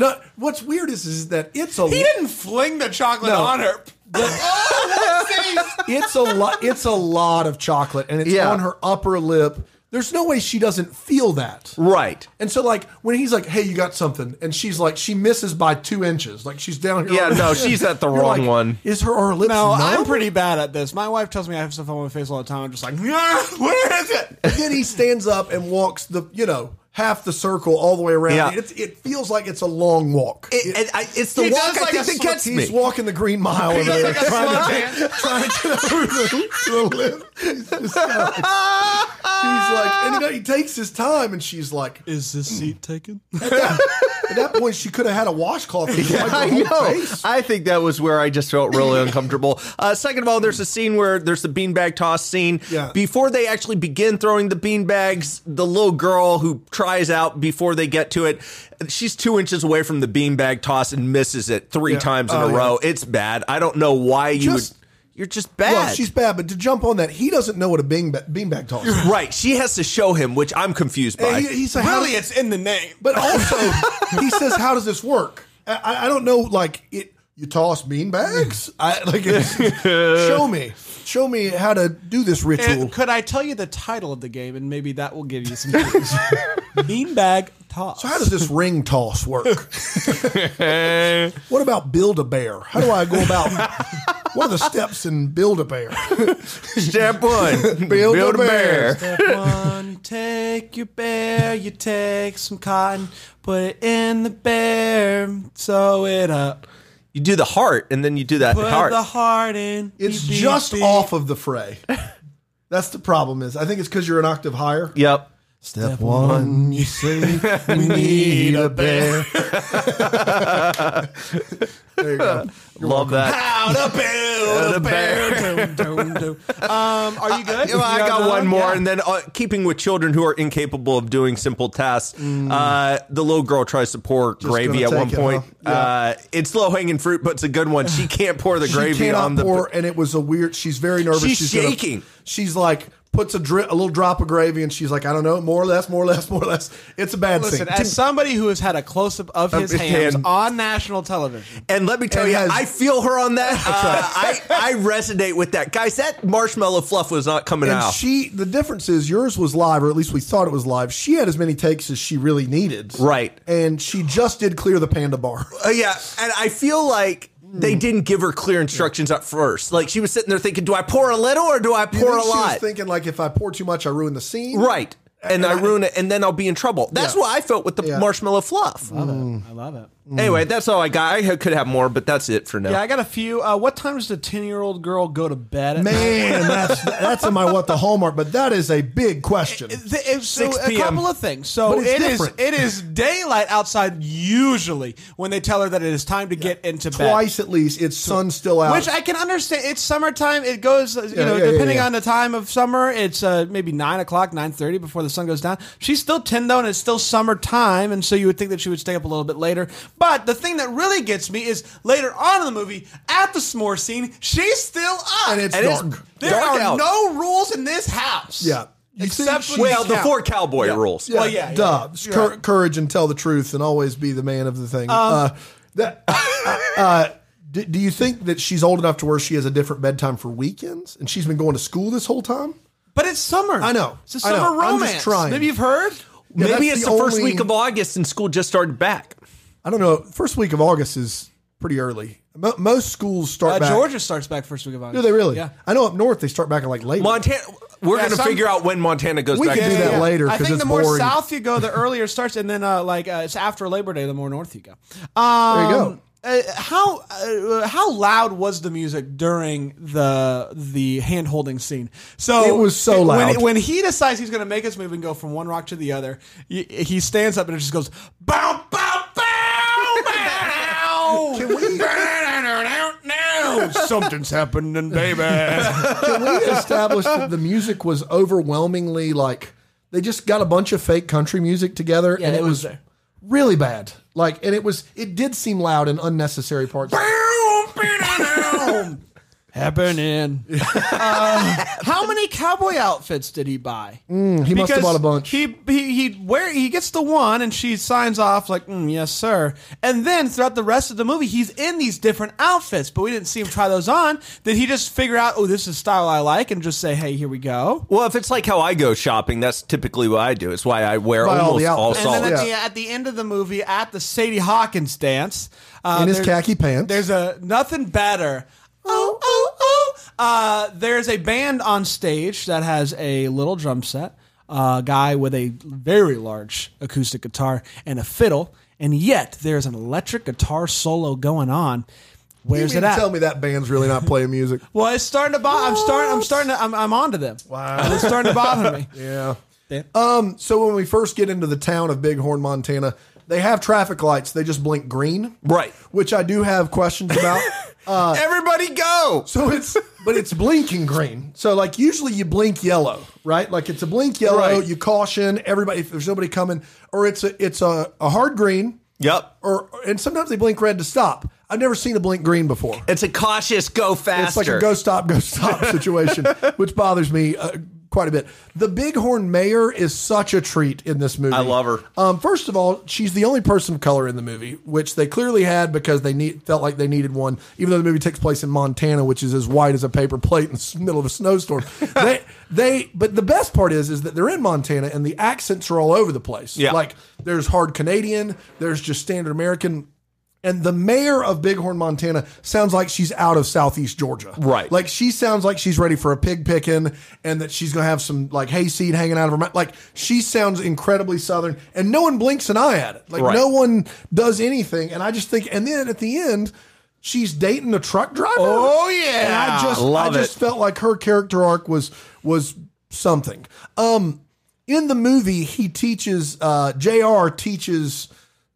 Speaker 3: no, what's weird is is that it's a
Speaker 1: fling the chocolate
Speaker 3: No.
Speaker 1: her.
Speaker 3: it's a lot it's a lot of chocolate and it's
Speaker 2: Yeah.
Speaker 3: on her upper lip. There's no way she doesn't feel that.
Speaker 2: Right.
Speaker 3: And so like when he's like, "Hey, you got something," and she's like, she misses by two inches, like she's down here.
Speaker 2: Yeah,
Speaker 3: on her
Speaker 2: no,
Speaker 3: chin.
Speaker 2: she's at the
Speaker 3: You're
Speaker 2: wrong one.
Speaker 3: Is her, her lips?
Speaker 1: No,
Speaker 3: numb?
Speaker 1: I'm pretty bad at this. My wife tells me I have stuff on my face all the time. I'm just like, "Nah, where is it?
Speaker 3: And then he stands up and walks the you know half the circle all the way around.
Speaker 2: Yeah.
Speaker 3: It's, it feels like it's a long walk.
Speaker 2: It- and I- it's the
Speaker 1: He
Speaker 2: walk
Speaker 1: does
Speaker 2: I
Speaker 1: like
Speaker 2: think
Speaker 1: a
Speaker 2: that
Speaker 1: slow-
Speaker 2: gets
Speaker 3: He's
Speaker 2: me.
Speaker 3: walking the green mile over there, trying, to, *laughs* trying to get over the, to the lip. He's, just kinda like- he's like, and you know, he takes his time, and she's like,
Speaker 1: Is this seat *laughs* taken?
Speaker 3: at that point, she could have had a washcloth. And yeah,
Speaker 2: I know. I think that was where I just felt really uncomfortable. Uh, second of all, there's a scene where there's the beanbag toss scene.
Speaker 3: Yeah.
Speaker 2: Before they actually begin throwing the beanbags, the little girl who tries out before they get to it, she's two inches away from the beanbag toss and misses it three
Speaker 3: Yeah.
Speaker 2: times in
Speaker 3: Oh,
Speaker 2: a
Speaker 3: yeah.
Speaker 2: row. It's bad. I don't know why you
Speaker 3: Just-
Speaker 2: would. You're just bad.
Speaker 3: Well, she's bad, but to jump on that, he doesn't know what a bean beanbag toss is.
Speaker 2: Right. She has to show him, which I'm confused by.
Speaker 3: And
Speaker 2: *laughs*
Speaker 3: *laughs* he- he's like, how-
Speaker 1: Really, it's in the name.
Speaker 3: But also, he says, "How does this work?" I- I, I don't know. Like it, you toss bean bags. I like *laughs* it's, show me, show me how to do this
Speaker 1: And
Speaker 3: ritual.
Speaker 1: uh, could I tell you the title of the game, and maybe that will give you *laughs* some clues? Beanbag toss.
Speaker 3: how
Speaker 2: *laughs*
Speaker 3: does this ring toss work? what about build a bear? How do I go about? What are the steps in build
Speaker 2: *laughs*
Speaker 3: a bear?
Speaker 2: Step one,
Speaker 3: *laughs*
Speaker 2: build,
Speaker 3: a bear.
Speaker 1: Step one, you take your bear, you take some cotton, put it in the bear, sew it up,
Speaker 2: You do the heart, and then you do that
Speaker 1: put
Speaker 2: heart.
Speaker 1: the heart in.
Speaker 3: It's
Speaker 1: beep, beep,
Speaker 3: just
Speaker 1: beep.
Speaker 3: off of the fray. That's the problem. Is I think it's because you're an octave higher.
Speaker 2: yep.
Speaker 3: Step one, you say we need a bear.
Speaker 2: *laughs*
Speaker 3: there you go.
Speaker 2: Love that.
Speaker 1: How to
Speaker 2: *laughs*
Speaker 1: build
Speaker 2: a
Speaker 1: a bear. Dum, dum, dum. Um, are you good?
Speaker 2: Well,
Speaker 1: You
Speaker 2: I got one
Speaker 1: another
Speaker 2: more,
Speaker 1: Yeah.
Speaker 2: and then uh, keeping with children who are incapable of doing simple tasks, uh, the little girl tries to pour gravy
Speaker 3: Mm. gonna
Speaker 2: at one
Speaker 3: take it,
Speaker 2: point.
Speaker 3: huh?
Speaker 2: Uh, it's low hanging fruit, but it's a good one. She can't pour the
Speaker 3: She
Speaker 2: gravy
Speaker 3: cannot
Speaker 2: on the.
Speaker 3: pour, and it was a weird. She's very nervous.
Speaker 2: She's
Speaker 3: gonna-
Speaker 2: shaking.
Speaker 3: she's like puts a drip, a little drop of gravy, and she's like, I don't know, more or less, more or less, more or less. It's a bad
Speaker 1: Listen,
Speaker 3: scene.
Speaker 1: as somebody who has had a close up of his
Speaker 2: his
Speaker 1: hands
Speaker 2: hand.
Speaker 1: on national television,
Speaker 2: And let me tell
Speaker 3: And
Speaker 2: you,
Speaker 3: has-
Speaker 2: I feel her on that. Uh, I, I resonate with that. Guys, that marshmallow fluff was not coming
Speaker 3: and
Speaker 2: out.
Speaker 3: she, the difference is yours was live, or at least we thought it was live. She had as many takes as she really needed.
Speaker 2: Right.
Speaker 1: *laughs*
Speaker 3: and she just did clear the panda bar.
Speaker 2: Uh, yeah, and I feel like They
Speaker 3: Hmm.
Speaker 2: didn't give her clear instructions at first. Like she was sitting there thinking, do I pour a little or do I
Speaker 3: You
Speaker 2: pour a
Speaker 3: think she was
Speaker 2: lot?
Speaker 3: thinking like if I pour too much, I ruin the scene.
Speaker 2: right. And, I, ruin it and then I'll be in trouble. That's what I felt with the marshmallow fluff.
Speaker 1: I love it.
Speaker 3: Mm.
Speaker 2: Anyway, that's all I got. I ha- could have more, but that's it for now.
Speaker 1: Yeah, I got a few. Uh, what time does the ten-year-old girl go to bed? At night? *laughs*
Speaker 3: Man, that's that's in my what the hallmark, but that is a big question.
Speaker 1: Th- if- so
Speaker 2: 6
Speaker 1: a
Speaker 2: p.m..
Speaker 1: couple of things. So
Speaker 3: But it's
Speaker 1: it is
Speaker 3: different.
Speaker 1: it is daylight outside usually when they tell her that it is time to get into bed.
Speaker 3: Twice at least, it's sun still out.
Speaker 1: Which I can understand. It's summertime. It goes, you know,
Speaker 3: Oh. yeah, yeah,
Speaker 1: depending
Speaker 3: yeah.
Speaker 1: on the time of summer. It's uh, maybe nine o'clock, nine thirty before the sun goes down. She's still ten though, and it's still summertime, and so you would think that she would stay up a little bit later. But the thing that really gets me is later on in the movie, at the s'more scene, she's still up,
Speaker 3: And it's
Speaker 2: And it's
Speaker 3: dark.
Speaker 1: There
Speaker 2: dark
Speaker 1: are
Speaker 2: out.
Speaker 1: no rules in this house.
Speaker 3: Yeah. You
Speaker 1: except
Speaker 3: think
Speaker 1: for
Speaker 2: well,
Speaker 1: these
Speaker 2: the
Speaker 1: cow-
Speaker 2: four cowboy rules.
Speaker 1: Well, yeah, yeah,
Speaker 3: duh.
Speaker 1: yeah. Um,
Speaker 3: Cour- Courage and tell the truth, and always be the man of the thing. uh, that, uh, do, do you think that she's old enough to where she has a different bedtime for weekends, and she's been going to school this whole time?
Speaker 1: But it's summer.
Speaker 3: I know.
Speaker 1: It's a
Speaker 3: I know.
Speaker 1: summer
Speaker 3: I'm
Speaker 1: romance.
Speaker 3: just trying.
Speaker 1: Maybe you've heard.
Speaker 3: Yeah,
Speaker 2: Maybe
Speaker 3: that's
Speaker 2: it's the, first
Speaker 3: only-
Speaker 2: week of August and school just started back.
Speaker 3: I don't know. First week of August is pretty early. Mo- most schools start
Speaker 1: Uh,
Speaker 3: back.
Speaker 1: Georgia starts back first week of August.
Speaker 3: Do they really?
Speaker 1: Yeah.
Speaker 3: I know up north they start back in like late.
Speaker 2: Montana, we're
Speaker 1: Yeah,
Speaker 2: going to
Speaker 1: some-
Speaker 2: figure out when Montana goes
Speaker 3: We
Speaker 2: back.
Speaker 3: could
Speaker 2: to
Speaker 3: do that
Speaker 2: school.
Speaker 3: later. 'cause
Speaker 1: I think
Speaker 3: it's
Speaker 1: the more
Speaker 3: boring.
Speaker 1: south you go, the earlier it starts, and then uh, like uh, it's after Labor Day, the more north you go.
Speaker 3: there you go.
Speaker 1: Um, uh, how uh, how loud was the music during the the hand holding scene? So
Speaker 3: It was so
Speaker 1: When,
Speaker 3: loud.
Speaker 1: when he decides he's going to make his move and go from one rock to the other, he, he stands up and it just goes bow bow bow *laughs* bow. Can *laughs* we? Something's happening, *laughs* baby.
Speaker 3: Can we establish that the music was overwhelmingly like they just got a bunch of fake country music together and
Speaker 1: it
Speaker 3: it
Speaker 1: was
Speaker 3: was,
Speaker 1: there.
Speaker 3: really bad. Like, and it was it did seem loud in unnecessary parts.
Speaker 1: *laughs* Happening. Uh, how many cowboy outfits did he buy?
Speaker 3: Mm, He must have bought a bunch.
Speaker 1: He he he where he gets the one and she signs off like mm, yes sir. And then throughout the rest of the movie, he's in these different outfits, but we didn't see him try those on. Did he just figure out oh this is style I like and just say hey here we go?
Speaker 2: Well, if it's like how I go shopping, that's typically what I do. It's why I wear
Speaker 3: Buy all
Speaker 2: almost
Speaker 3: the
Speaker 2: all,
Speaker 3: outfits.
Speaker 1: And
Speaker 2: solid.
Speaker 1: then at,
Speaker 3: Yeah.
Speaker 1: the, at the end of the movie, at the Sadie Hawkins dance, uh,
Speaker 3: In his
Speaker 1: there's-
Speaker 3: khaki pants.
Speaker 1: There's a nothing better. Oh oh oh! Uh, there's a band on stage that has a little drum set, a guy with a very large acoustic guitar and a fiddle, and yet there's an electric guitar solo going on. Where's
Speaker 3: you mean
Speaker 1: it
Speaker 3: to
Speaker 1: at?
Speaker 3: tell me that band's really not playing music.
Speaker 1: Well, it's starting to bother. I'm starting. I'm starting. To, I'm, I'm onto them. Wow! It's starting to bother me.
Speaker 3: *laughs* yeah.
Speaker 1: Dan?
Speaker 3: Um, so when we first get into the town of Bighorn, Montana, they have traffic lights, they just blink green.
Speaker 2: Right.
Speaker 3: Which I do have questions
Speaker 2: *laughs*
Speaker 3: about. uh,
Speaker 2: Everybody go.
Speaker 3: So it's but it's blinking green. So like usually you blink yellow, right? Like it's a blink yellow,
Speaker 2: Right.
Speaker 3: you caution everybody if there's nobody coming, or it's a it's a, a hard green,
Speaker 2: Yep.
Speaker 3: or and sometimes they blink red to stop. I've never seen a blink green before.
Speaker 2: It's a cautious go faster.
Speaker 3: It's like a go stop,
Speaker 2: *laughs*
Speaker 3: go stop situation, which bothers me uh, quite a bit. The Bighorn Mayor is such a treat in this movie.
Speaker 2: I love her.
Speaker 3: Um, first of all, she's the only person of color in the movie, which they clearly had because they need, felt like they needed one, even though the movie takes place in Montana, which is as white as a paper plate in the s- middle of
Speaker 2: *laughs*
Speaker 3: a snowstorm. they, they, but the best part is, is that they're in Montana and the accents are all over the place.
Speaker 2: Yeah.
Speaker 3: Like there's hard Canadian, there's just standard American. And the mayor of Bighorn, Montana, sounds like she's out of Southeast Georgia.
Speaker 2: Right.
Speaker 3: Like she sounds like she's ready for a pig picking, and that she's gonna have some like hayseed hanging out of her mouth. Like she sounds incredibly southern, and no one blinks an eye at it. Like
Speaker 2: Right.
Speaker 3: no one does anything. And I just think, and then at the end, she's dating a truck driver.
Speaker 2: Oh, yeah.
Speaker 3: *laughs* And I just
Speaker 2: Love
Speaker 3: I just
Speaker 2: it.
Speaker 3: felt like her character arc was was something. Um, in the movie, he teaches uh, Jr. teaches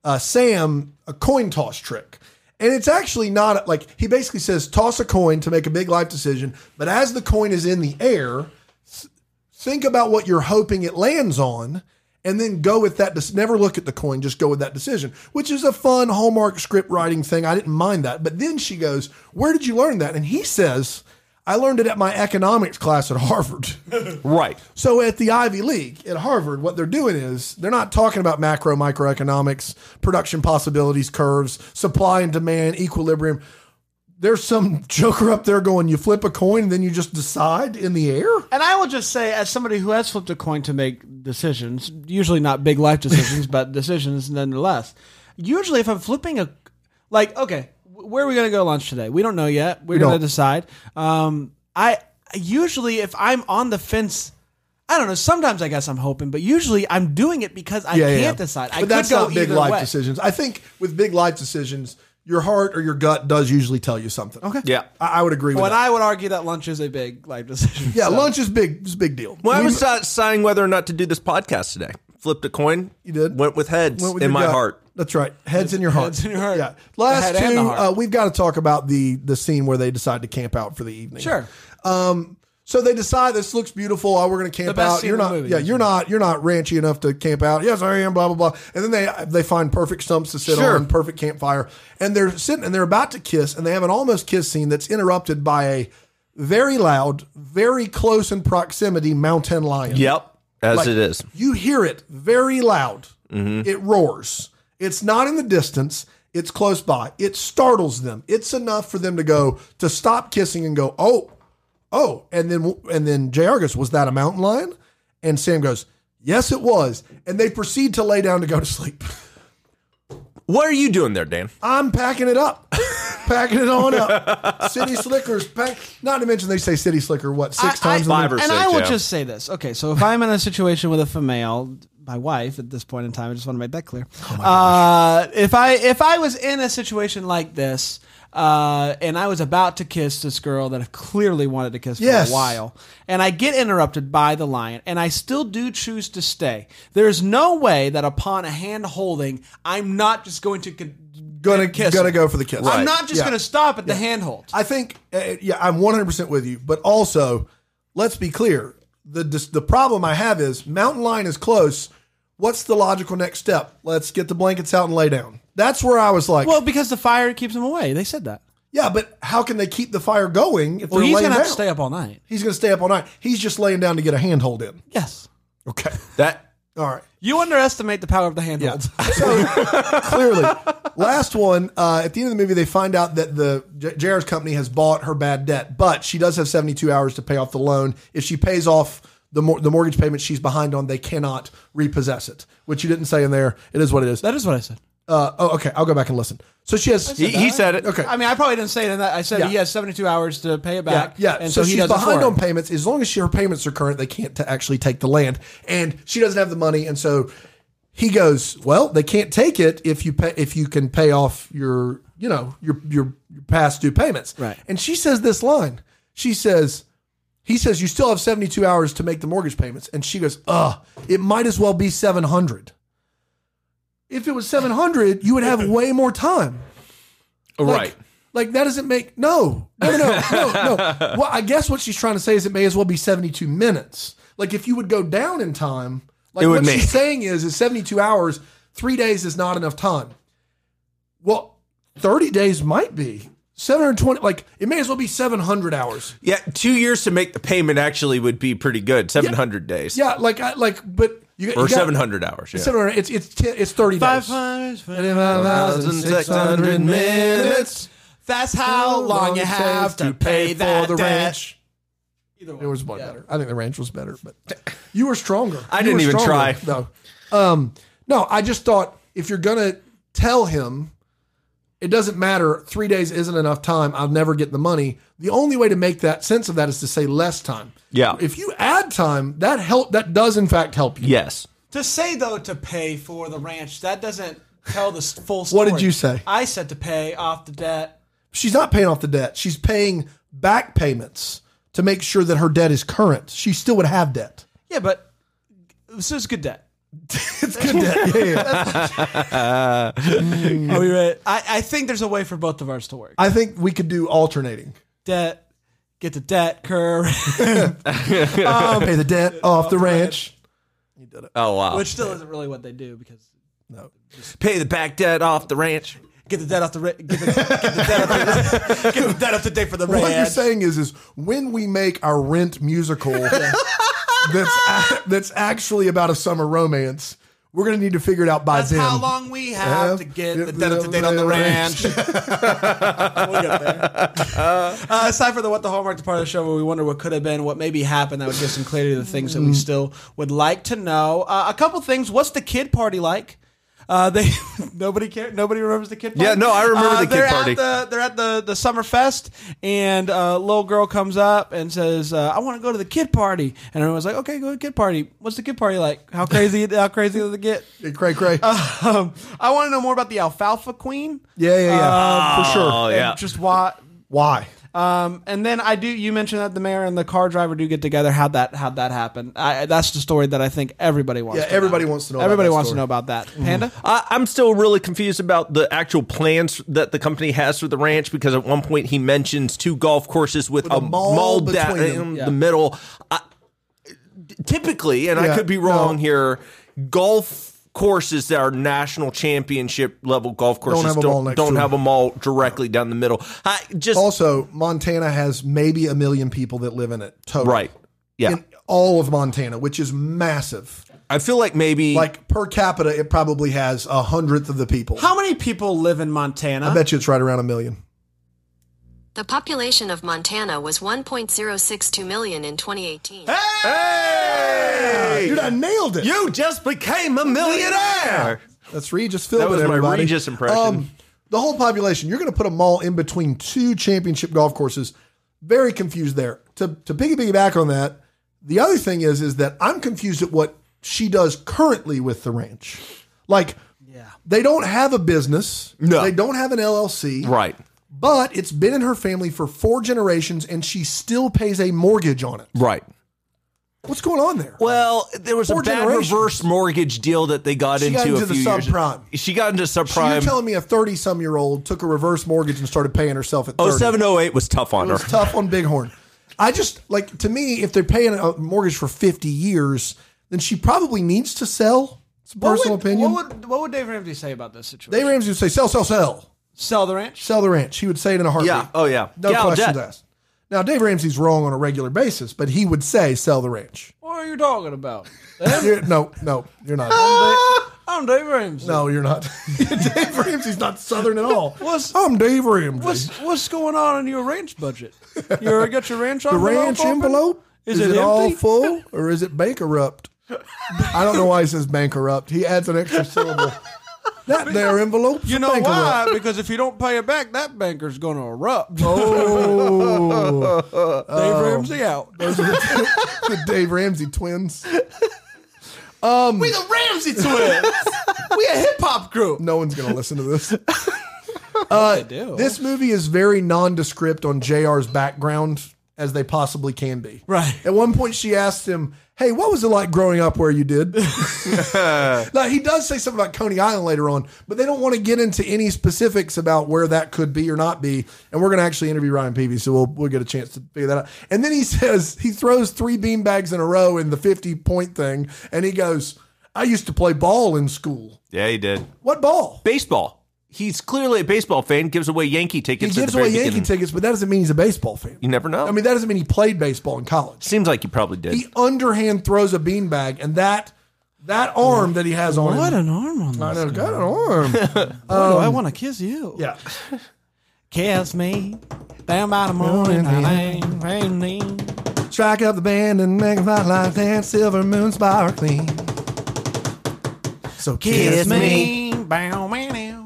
Speaker 3: uh, Sam a coin toss trick. And it's actually not like he basically says toss a coin to make a big life decision, but as the coin is in the air, th- think about what you're hoping it lands on and then go with that dec- never look at the coin, just go with that decision, which is a fun hallmark script writing thing. I didn't mind that. But then she goes, "Where did you learn that?" And he says, "I learned it at my economics class at Harvard." *laughs*
Speaker 2: right.
Speaker 3: So at the Ivy League at Harvard, what they're doing is they're not talking about macro microeconomics, production possibilities, curves, supply and demand, equilibrium. There's some joker up there going, you flip a coin and then you just decide in the air.
Speaker 1: And I will just say, as somebody who has flipped a coin to make decisions, usually not big
Speaker 3: *laughs*
Speaker 1: life decisions, but decisions nonetheless. Usually, if I'm flipping a, like, okay, w- where are we gonna go to lunch today? We don't know yet. We're gonna
Speaker 3: don't.
Speaker 1: decide. Um, I usually if I'm on the fence. I don't know. Sometimes I guess I'm hoping, but usually I'm doing it because I can't decide. I
Speaker 3: But
Speaker 1: could
Speaker 3: that's
Speaker 1: go
Speaker 3: not big
Speaker 1: either
Speaker 3: life
Speaker 1: way.
Speaker 3: decisions. I think with big life decisions, your heart or your gut does usually tell you something. Okay.
Speaker 2: Yeah.
Speaker 3: I, I would agree with
Speaker 1: But
Speaker 3: that.
Speaker 1: I would argue that lunch is a big life decision.
Speaker 3: yeah,
Speaker 1: So-
Speaker 3: lunch is big. It's a big deal.
Speaker 2: Well, I
Speaker 3: We-
Speaker 2: was uh, deciding whether or not to do this podcast today. Flipped a coin. You
Speaker 3: did?
Speaker 2: Went with heads
Speaker 3: went with
Speaker 2: in
Speaker 3: your
Speaker 2: my
Speaker 3: gut.
Speaker 2: heart.
Speaker 3: That's right. Heads in your heart.
Speaker 1: Heads in your heart.
Speaker 3: Yeah.
Speaker 1: The
Speaker 3: Last
Speaker 1: head and
Speaker 3: two,
Speaker 1: the heart.
Speaker 3: uh, we've got to talk about the the scene where they decide to camp out for the evening.
Speaker 1: Sure.
Speaker 3: So they decide this looks beautiful. Oh, we're going to camp
Speaker 1: best
Speaker 3: out.
Speaker 1: scene
Speaker 3: You're
Speaker 1: in the
Speaker 3: not.
Speaker 1: movie,
Speaker 3: yeah,
Speaker 1: isn't
Speaker 3: you're
Speaker 1: it?
Speaker 3: not. You're not ranchy enough to camp out. Yes, I am. Blah blah blah. And then they they find perfect stumps to sit
Speaker 2: Sure.
Speaker 3: on, perfect campfire, and they're sitting and they're about to kiss, and they have an almost kiss scene that's interrupted by a very loud, very close in proximity mountain lion.
Speaker 2: Yep. As
Speaker 3: Like,
Speaker 2: it is.
Speaker 3: You hear it very loud. It roars. It's not in the distance. It's close by. It startles them. It's enough for them to go to stop kissing and go, oh, oh, and then and then Jr. goes, was that a mountain lion? And Sam goes, yes, it was. And they proceed to lay down to go to sleep. *laughs*
Speaker 2: What are you doing there, Dan?
Speaker 3: I'm packing it up, *laughs* packing it on up. City slickers. Pack, not to mention they say city slicker what six
Speaker 1: I- I-
Speaker 3: times. in the-
Speaker 2: Five or
Speaker 1: and
Speaker 2: six,
Speaker 1: I will
Speaker 2: yeah.
Speaker 1: just say this. Okay, so if I'm in a situation with a female, my wife at this point in time, I just want to make that clear.
Speaker 3: Oh
Speaker 1: uh, if I if I was in a situation like this, uh, and I was about to kiss this girl that I clearly wanted to kiss for
Speaker 3: Yes.
Speaker 1: a while, and I get interrupted by the lion, and I still do choose to stay. There is no way that upon a hand holding, I'm not just going to con-
Speaker 3: gonna
Speaker 1: kiss
Speaker 3: gonna
Speaker 1: her.
Speaker 3: go for the kiss.
Speaker 1: I'm not just
Speaker 3: Yeah.
Speaker 1: going to stop at the handhold.
Speaker 3: I think, uh, yeah, I'm 100% with you. But also, let's be clear. The, dis- the problem I have is mountain lion is close. What's the logical next step? Let's get the blankets out and lay down. That's where I was like,
Speaker 1: Well, because the fire keeps him away. They said that.
Speaker 3: yeah, but how can they keep the fire going if
Speaker 1: Well,
Speaker 3: they're
Speaker 1: he's going
Speaker 3: laying
Speaker 1: to
Speaker 3: down?
Speaker 1: have to stay up all night.
Speaker 3: he's going to stay up all night. He's just laying down to get a handhold in.
Speaker 1: Yes.
Speaker 3: Okay.
Speaker 2: That
Speaker 3: All right.
Speaker 1: You underestimate the power of the handholds.
Speaker 3: *laughs* So clearly, last one uh, at the end of the movie, they find out that the J- JR's company has bought her bad debt, but she does have seventy two hours to pay off the loan. If she pays off the mor- the mortgage payment she's behind on, they cannot repossess it. Which you didn't say in there. It is what it is.
Speaker 1: That is what I said.
Speaker 3: Uh, oh, okay. I'll go back and listen. So she has.
Speaker 2: he, he said it.
Speaker 3: okay.
Speaker 1: I mean, I probably didn't say it in that. I said
Speaker 3: Yeah.
Speaker 1: he has 72 hours to pay it back.
Speaker 3: Yeah,
Speaker 1: And
Speaker 3: so,
Speaker 1: so, he
Speaker 3: she's
Speaker 1: does it
Speaker 3: behind
Speaker 1: for
Speaker 3: on
Speaker 1: her.
Speaker 3: payments. As long as she, her payments are current, they can't to actually take the land, and she doesn't have the money. And so he goes, "Well, they can't take it if you pay, if you can pay off your you know your your, your past due payments."
Speaker 1: Right.
Speaker 3: And she says this line. She says. He says you still have 72 hours to make the mortgage payments and she goes, "Ugh, it might as well be 700." If it was 700, you would have way more time.
Speaker 2: Right.
Speaker 3: Like that doesn't make no no no
Speaker 2: *laughs*
Speaker 3: no no. Well, I guess what she's trying to say is it may as well be seventy two minutes. Like if you would go down in time, like
Speaker 2: It would
Speaker 3: what
Speaker 2: make-
Speaker 3: she's saying is is seventy two hours, three days is not enough time. Well, thirty days might be seven hundred twenty. Like it may as well be seven hundred hours.
Speaker 2: Yeah, two years to make the payment actually would be pretty good. Seven hundred days.
Speaker 3: Yeah, like I like, but you, you
Speaker 2: Or
Speaker 3: got-
Speaker 2: seven hundred hours. Yeah.
Speaker 3: Seven hundred. It's it's t- it's thirty
Speaker 1: Five
Speaker 3: days.
Speaker 1: times.
Speaker 2: minutes.
Speaker 1: That's how long you have to pay that
Speaker 3: the
Speaker 1: debt.
Speaker 3: ranch.
Speaker 1: Either
Speaker 3: It
Speaker 1: one.
Speaker 3: was one better. I think the ranch was better, but *laughs* you were stronger.
Speaker 2: I
Speaker 3: You
Speaker 2: didn't
Speaker 3: were
Speaker 2: even
Speaker 3: stronger,
Speaker 2: try.
Speaker 3: No, um, no. I just thought if you're gonna tell him, it doesn't matter. Three days isn't enough time. I'll never get the money. The only way to make that sense of that is to say less time.
Speaker 2: Yeah.
Speaker 3: If you add time, that help that does in fact help you.
Speaker 2: Yes.
Speaker 1: To say, though, to pay for the ranch, that doesn't tell the s- full story.
Speaker 3: What did you say?
Speaker 1: I said to pay off the debt.
Speaker 3: She's not paying off the debt. She's paying back payments to make sure that her debt is current. She still would have debt. *laughs*
Speaker 1: Yeah, but this is good debt.
Speaker 3: It's good debt. Yeah, yeah.
Speaker 1: Are we ready? I, I think there's a way for both of ours to work.
Speaker 3: I think we could do alternating.
Speaker 1: debt, get the debt curve,
Speaker 3: Pay the *laughs* debt off the ranch.
Speaker 2: Oh
Speaker 1: *laughs*
Speaker 2: wow.
Speaker 1: which still isn't really what they do because
Speaker 2: Pay the back debt off the ranch.
Speaker 1: get the debt off the ra- get the, get the debt off the get the debt off the day for the
Speaker 3: What you're
Speaker 1: ranch.
Speaker 3: saying is, is when we make our Rent *laughs* musical, that's a- that's actually about a summer romance. We're gonna need to figure it out by
Speaker 1: That's
Speaker 3: then.
Speaker 1: how long we have to get the debt up to date on the
Speaker 2: *laughs*
Speaker 1: ranch. we'll get there. Uh, aside from the what the hallmark the part of the show where we wonder what could have been, what maybe happened, that would give some
Speaker 2: Mm-hmm.
Speaker 1: clarity to the things that we still would like to know. Uh, a couple things. What's the kid party like? Uh, *laughs* they nobody care, nobody remembers the kid. Party.
Speaker 2: Yeah, no, I remember
Speaker 1: Uh,
Speaker 2: the kid
Speaker 1: they're at
Speaker 2: party.
Speaker 1: the- they're at the the summer fest, and a little girl comes up and says, uh, "I want to go to the kid party," and everyone's like, "Okay, go to the kid party. What's the kid party like? How crazy? how crazy does it get?"
Speaker 3: Cray cray.
Speaker 1: Um, I want to know more about the alfalfa queen.
Speaker 3: yeah, yeah, yeah. for
Speaker 2: Oh,
Speaker 3: sure.
Speaker 1: and
Speaker 2: yeah.
Speaker 1: just why.
Speaker 3: Why?
Speaker 1: Um, and then I do. You mentioned that the mayor and the car driver do get together. How'd that? How'd that happen? I, that's the story that I think everybody wants.
Speaker 3: Yeah,
Speaker 1: to
Speaker 3: everybody
Speaker 1: know.
Speaker 3: wants to know about
Speaker 1: Everybody
Speaker 3: that
Speaker 1: wants
Speaker 3: story. Mm-hmm.
Speaker 1: to know about that. Panda.
Speaker 2: I, I'm still really confused about the actual plans that the company has for the ranch because at one point he mentions two golf courses with, a,
Speaker 3: a mall
Speaker 2: mall, down
Speaker 3: between them.
Speaker 2: in
Speaker 1: Yeah.
Speaker 2: the middle. I, typically, and
Speaker 3: Yeah,
Speaker 2: I could be wrong
Speaker 3: no.
Speaker 2: here, golf courses that are national championship level golf courses
Speaker 3: have a mall
Speaker 2: don't,
Speaker 3: next
Speaker 2: don't
Speaker 3: to
Speaker 2: have
Speaker 3: them.
Speaker 2: a mall directly down the middle. I just
Speaker 3: Also, Montana has maybe a million people that live in it total.
Speaker 2: right, yeah.
Speaker 3: In all of Montana, which is massive.
Speaker 2: I feel like maybe
Speaker 3: Like per capita, it probably has a hundredth of the people.
Speaker 1: How many people live in Montana?
Speaker 3: I bet you it's right around a million.
Speaker 4: The population of Montana was 1.062 million in 2018.
Speaker 2: Hey!
Speaker 3: Dude, I nailed it.
Speaker 2: you just became a millionaire.
Speaker 3: That's Regis Philbin.
Speaker 2: That was my
Speaker 3: everybody. Um,
Speaker 2: Regis impression.
Speaker 3: the whole population. You're going to put a mall in between two championship golf courses. Very confused there. To to piggyback back on that, the other thing is is that I'm confused at what she does currently with the ranch. Like, yeah. they don't have a business.
Speaker 2: No.
Speaker 3: they don't have an LLC.
Speaker 2: Right,
Speaker 3: But it's been in her family for four generations, and she still pays a mortgage on it.
Speaker 2: right.
Speaker 3: What's going on there?
Speaker 2: Well, there was
Speaker 3: Four
Speaker 2: a bad
Speaker 3: generations.
Speaker 2: reverse mortgage deal that they got
Speaker 3: She
Speaker 2: into
Speaker 3: got
Speaker 2: a
Speaker 3: into the
Speaker 2: few years.
Speaker 3: subprime.
Speaker 2: She got into
Speaker 3: So you're
Speaker 2: subprime.
Speaker 3: telling me a 30 some year old took a reverse mortgage and started paying herself at 30.
Speaker 2: Oh seven, oh eight was tough on
Speaker 3: It
Speaker 2: her.
Speaker 3: was tough on Bighorn. I just like to me, if they're paying a mortgage for fifty years, then she probably needs to sell. It's a
Speaker 1: What
Speaker 3: personal
Speaker 1: would-
Speaker 3: opinion.
Speaker 1: What would, what would Dave Ramsey say about this situation?
Speaker 3: Dave Ramsey would say, "Sell, sell, sell,
Speaker 1: Sell the ranch.
Speaker 3: sell the ranch." He would say it in a heartbeat.
Speaker 2: Yeah. Oh, yeah.
Speaker 3: No
Speaker 2: Yeah, I'll
Speaker 3: questions
Speaker 2: bet.
Speaker 3: asked. Now Dave Ramsey's wrong on a regular basis, but he would say, "Sell the ranch."
Speaker 1: What are you talking
Speaker 3: *laughs*
Speaker 1: about?
Speaker 3: You're- no, no, you're not.
Speaker 2: *laughs*
Speaker 1: I'm Dave Ramsey.
Speaker 3: No, you're not. *laughs* Dave Ramsey's not Southern at all.
Speaker 1: What's-
Speaker 3: I'm Dave Ramsey.
Speaker 1: What's what's going on in your ranch budget? You got your ranch
Speaker 3: *laughs* the
Speaker 1: envelope?
Speaker 3: ranch
Speaker 1: open?
Speaker 3: envelope?
Speaker 1: Is, it,
Speaker 3: all
Speaker 1: empty?
Speaker 3: full or is it bankrupt? I don't know why he says bankrupt. He adds an extra syllable.
Speaker 1: *laughs*
Speaker 3: That there envelope.
Speaker 1: You know why? Because if you don't pay it back, that banker's going to erupt.
Speaker 3: Oh,
Speaker 1: *laughs* Dave Ramsey out.
Speaker 3: those are the, the *laughs* Dave Ramsey twins.
Speaker 1: We the Ramsey twins. we a hip hop group.
Speaker 3: No one's going to listen to this.
Speaker 1: I do.
Speaker 3: This movie is very nondescript on JR's background as they possibly can be.
Speaker 1: Right.
Speaker 3: At one point, she asked him, Hey, what was it like growing up where you did? now, he does say something about Coney Island later on, but they don't want to get into any specifics about where that could be or not be. And we're going to actually interview Ryan Peavy, so we'll, we'll get a chance to figure that out. And then he says, He throws three beanbags in a row in the 50 point thing, and he goes, I used to play ball in school.
Speaker 2: Yeah, he did.
Speaker 3: What ball?
Speaker 2: Baseball. He's clearly a baseball fan. Gives away Yankee
Speaker 3: He
Speaker 2: tickets. at
Speaker 3: gives
Speaker 2: the very
Speaker 3: away Yankee
Speaker 2: beginning.
Speaker 3: tickets, but that doesn't mean he's a baseball fan.
Speaker 2: You never know.
Speaker 3: I mean, that doesn't mean he played baseball in college.
Speaker 2: seems like he probably did.
Speaker 3: He underhand throws a beanbag, and that that arm that he has on
Speaker 1: what
Speaker 3: him.
Speaker 1: an arm on
Speaker 3: I
Speaker 1: this.
Speaker 3: know, got an
Speaker 2: *laughs*
Speaker 3: arm.
Speaker 1: Boy, do I want to kiss you.
Speaker 3: yeah.
Speaker 1: Kiss me. Down by the morning. I
Speaker 3: Strike up the band and make a light like that silver moon sparkling. So kiss
Speaker 1: Kiss
Speaker 3: me.
Speaker 1: me. Bow, meow, meow.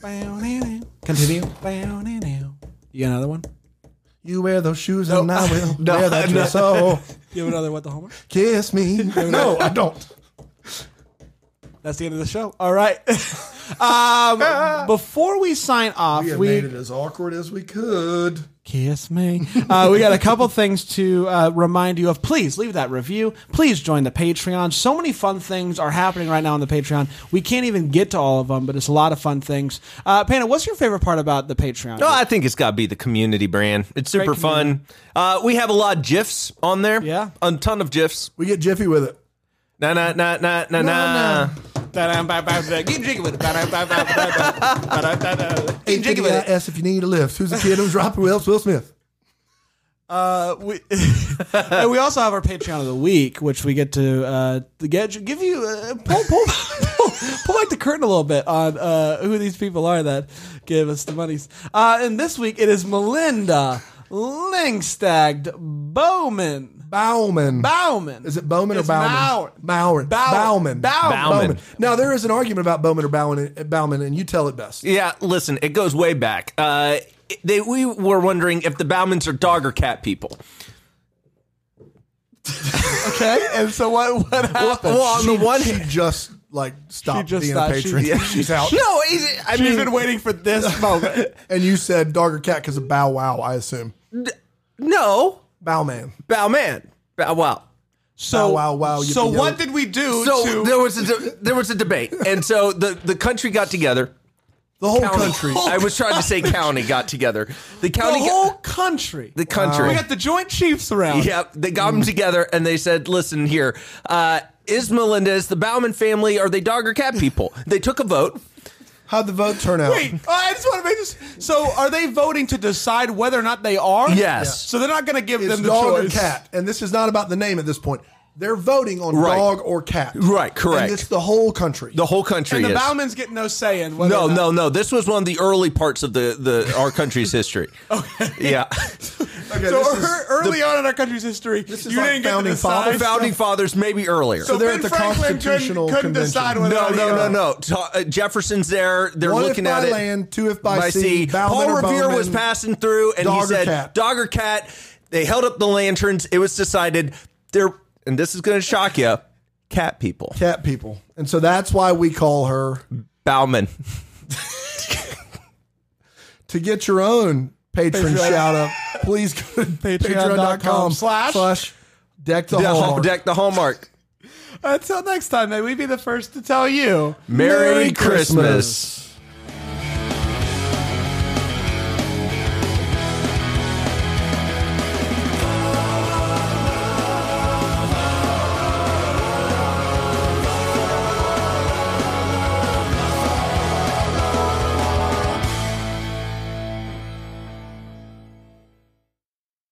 Speaker 1: Bow, meow, meow. Continue. Bow, meow, meow. You got another one?
Speaker 3: You wear those shoes
Speaker 2: *laughs*
Speaker 3: and I will
Speaker 2: No,
Speaker 3: wear that
Speaker 2: no.
Speaker 3: dress. Oh,
Speaker 1: You have another what the homer?
Speaker 2: *laughs*
Speaker 3: kiss me. No, I don't.
Speaker 1: That's the end of the show. All right. *laughs* um, before we sign off, we,
Speaker 3: as awkward as we could.
Speaker 1: Kiss me. Uh, we got a couple things to uh, remind you of. Please leave that review. Please join the Patreon. So many fun things are happening right now on the Patreon. We can't even get to all of them, but it's a lot of fun things. Uh, Panda, what's your favorite part about the Patreon?
Speaker 2: No, I think it's got to be the community brand. It's super fun. Uh, we have a lot of gifs on there.
Speaker 1: Yeah.
Speaker 2: a ton of gifs.
Speaker 3: We get jiffy with it.
Speaker 2: Na na na na na na.
Speaker 1: Get jiggy with it. Get jiggy with it.
Speaker 3: AWIS if you need a lift. Who's the kid who's dropping Wills? Will Smith.
Speaker 1: Uh, we, *laughs* and we also have our Patreon of the week, which we get to uh, to get give you uh, pull, pull *laughs* pull pull back the curtain a little bit on uh, who these people are that give us the monies. Uh, and this week it is Melinda Langstagd Bowman.
Speaker 3: Bauman.
Speaker 1: Bauman.
Speaker 3: Is it Bowman
Speaker 1: It's
Speaker 3: or Bauman?
Speaker 1: Mauer.
Speaker 3: Bauman.
Speaker 1: Bauman.
Speaker 3: Bauman.
Speaker 1: Bauman.
Speaker 3: Bauman. Now there is an argument about Bowman or Bauman, Bauman, and you tell it best.
Speaker 2: Yeah, listen, it goes way back. Uh, it- they, we were wondering if the Baumans are dog or cat people.
Speaker 1: Okay. And so what? What happened?
Speaker 2: Well, on the one
Speaker 3: she just like stopped
Speaker 1: just
Speaker 3: being a
Speaker 1: thought she-
Speaker 3: patron.
Speaker 1: yeah.
Speaker 3: *laughs*
Speaker 2: *laughs*
Speaker 3: She's out.
Speaker 2: No, it, I
Speaker 1: She's
Speaker 2: mean,
Speaker 1: been waiting for
Speaker 3: *laughs*
Speaker 1: this moment.
Speaker 3: And you said dog or cat because of Bow Wow, I assume.
Speaker 2: no,
Speaker 3: Bowman.
Speaker 2: Bauman. Bow wow.
Speaker 1: So
Speaker 3: Bow, wow, wow, yippee,
Speaker 1: So
Speaker 3: yo.
Speaker 1: what did we do?
Speaker 2: So
Speaker 1: to,
Speaker 2: there was a de- there was a debate, and so the the country got together.
Speaker 3: The whole country.
Speaker 2: I was trying to say county got together. The
Speaker 1: the
Speaker 2: county, got-
Speaker 1: whole Oh, country.
Speaker 2: the country.
Speaker 1: we got the Joint Chiefs around.
Speaker 2: Yep, they got
Speaker 3: Mm.
Speaker 2: them together and they said, "Listen here, uh, is Melendez the Bauman family? Are they dog or cat
Speaker 3: *laughs*
Speaker 2: people?" They took a vote.
Speaker 3: How'd the vote turn out?
Speaker 1: Wait, uh, I just want to make this. So, are they voting to decide whether or not they are?
Speaker 2: Yes. Yeah.
Speaker 1: So they're not going to give
Speaker 3: it's
Speaker 1: them the
Speaker 3: dog
Speaker 1: choice.
Speaker 3: or cat. And this is not about the name at this point. They're voting on
Speaker 2: Right.
Speaker 3: dog or cat.
Speaker 2: Right, correct.
Speaker 3: And it's the whole country.
Speaker 2: The whole country.
Speaker 1: And the
Speaker 2: is.
Speaker 1: Bauman's get no say in whether.
Speaker 2: No,
Speaker 1: or not-
Speaker 2: no, no. This was one of the early parts of the, the our country's
Speaker 3: *laughs*
Speaker 2: history. okay. Yeah.
Speaker 3: okay,
Speaker 1: So
Speaker 3: this
Speaker 1: ear-
Speaker 3: is-
Speaker 1: early on in our country's history,
Speaker 3: This is
Speaker 1: you
Speaker 3: like
Speaker 1: didn't get to
Speaker 3: founding
Speaker 1: decide.
Speaker 3: fathers.
Speaker 2: Founding fathers, maybe earlier.
Speaker 1: so
Speaker 3: they're
Speaker 1: Ben
Speaker 3: at the
Speaker 1: Franklin
Speaker 3: Constitutional
Speaker 1: couldn't, couldn't
Speaker 3: Convention.
Speaker 1: decide whether
Speaker 2: no,
Speaker 1: or not he
Speaker 2: no, no,
Speaker 1: was.
Speaker 2: no. Ta- uh, Jefferson's there. They're
Speaker 3: One if
Speaker 2: looking
Speaker 3: by
Speaker 2: at it.
Speaker 3: land, two if by sea, Bauman
Speaker 2: Paul
Speaker 3: or
Speaker 2: Revere
Speaker 3: Bowman,
Speaker 2: was passing through, and he
Speaker 3: dog or
Speaker 2: said,
Speaker 3: cat?
Speaker 2: "Dog or cat?" They held up the lanterns. It was decided. They're and this is going to shock you, cat people.
Speaker 3: cat people. And so that's why we call her
Speaker 2: Bauman.
Speaker 3: to get your own patron
Speaker 1: Patreon.
Speaker 3: shout out. Please
Speaker 1: *laughs*
Speaker 3: go to patreon.com
Speaker 1: slash-
Speaker 3: deck the
Speaker 2: The hall-
Speaker 3: hallmark.
Speaker 2: Deck the hallmark.
Speaker 1: Until next time, may we be the first to tell you.
Speaker 2: Merry,
Speaker 3: Merry
Speaker 2: Christmas.
Speaker 3: Christmas.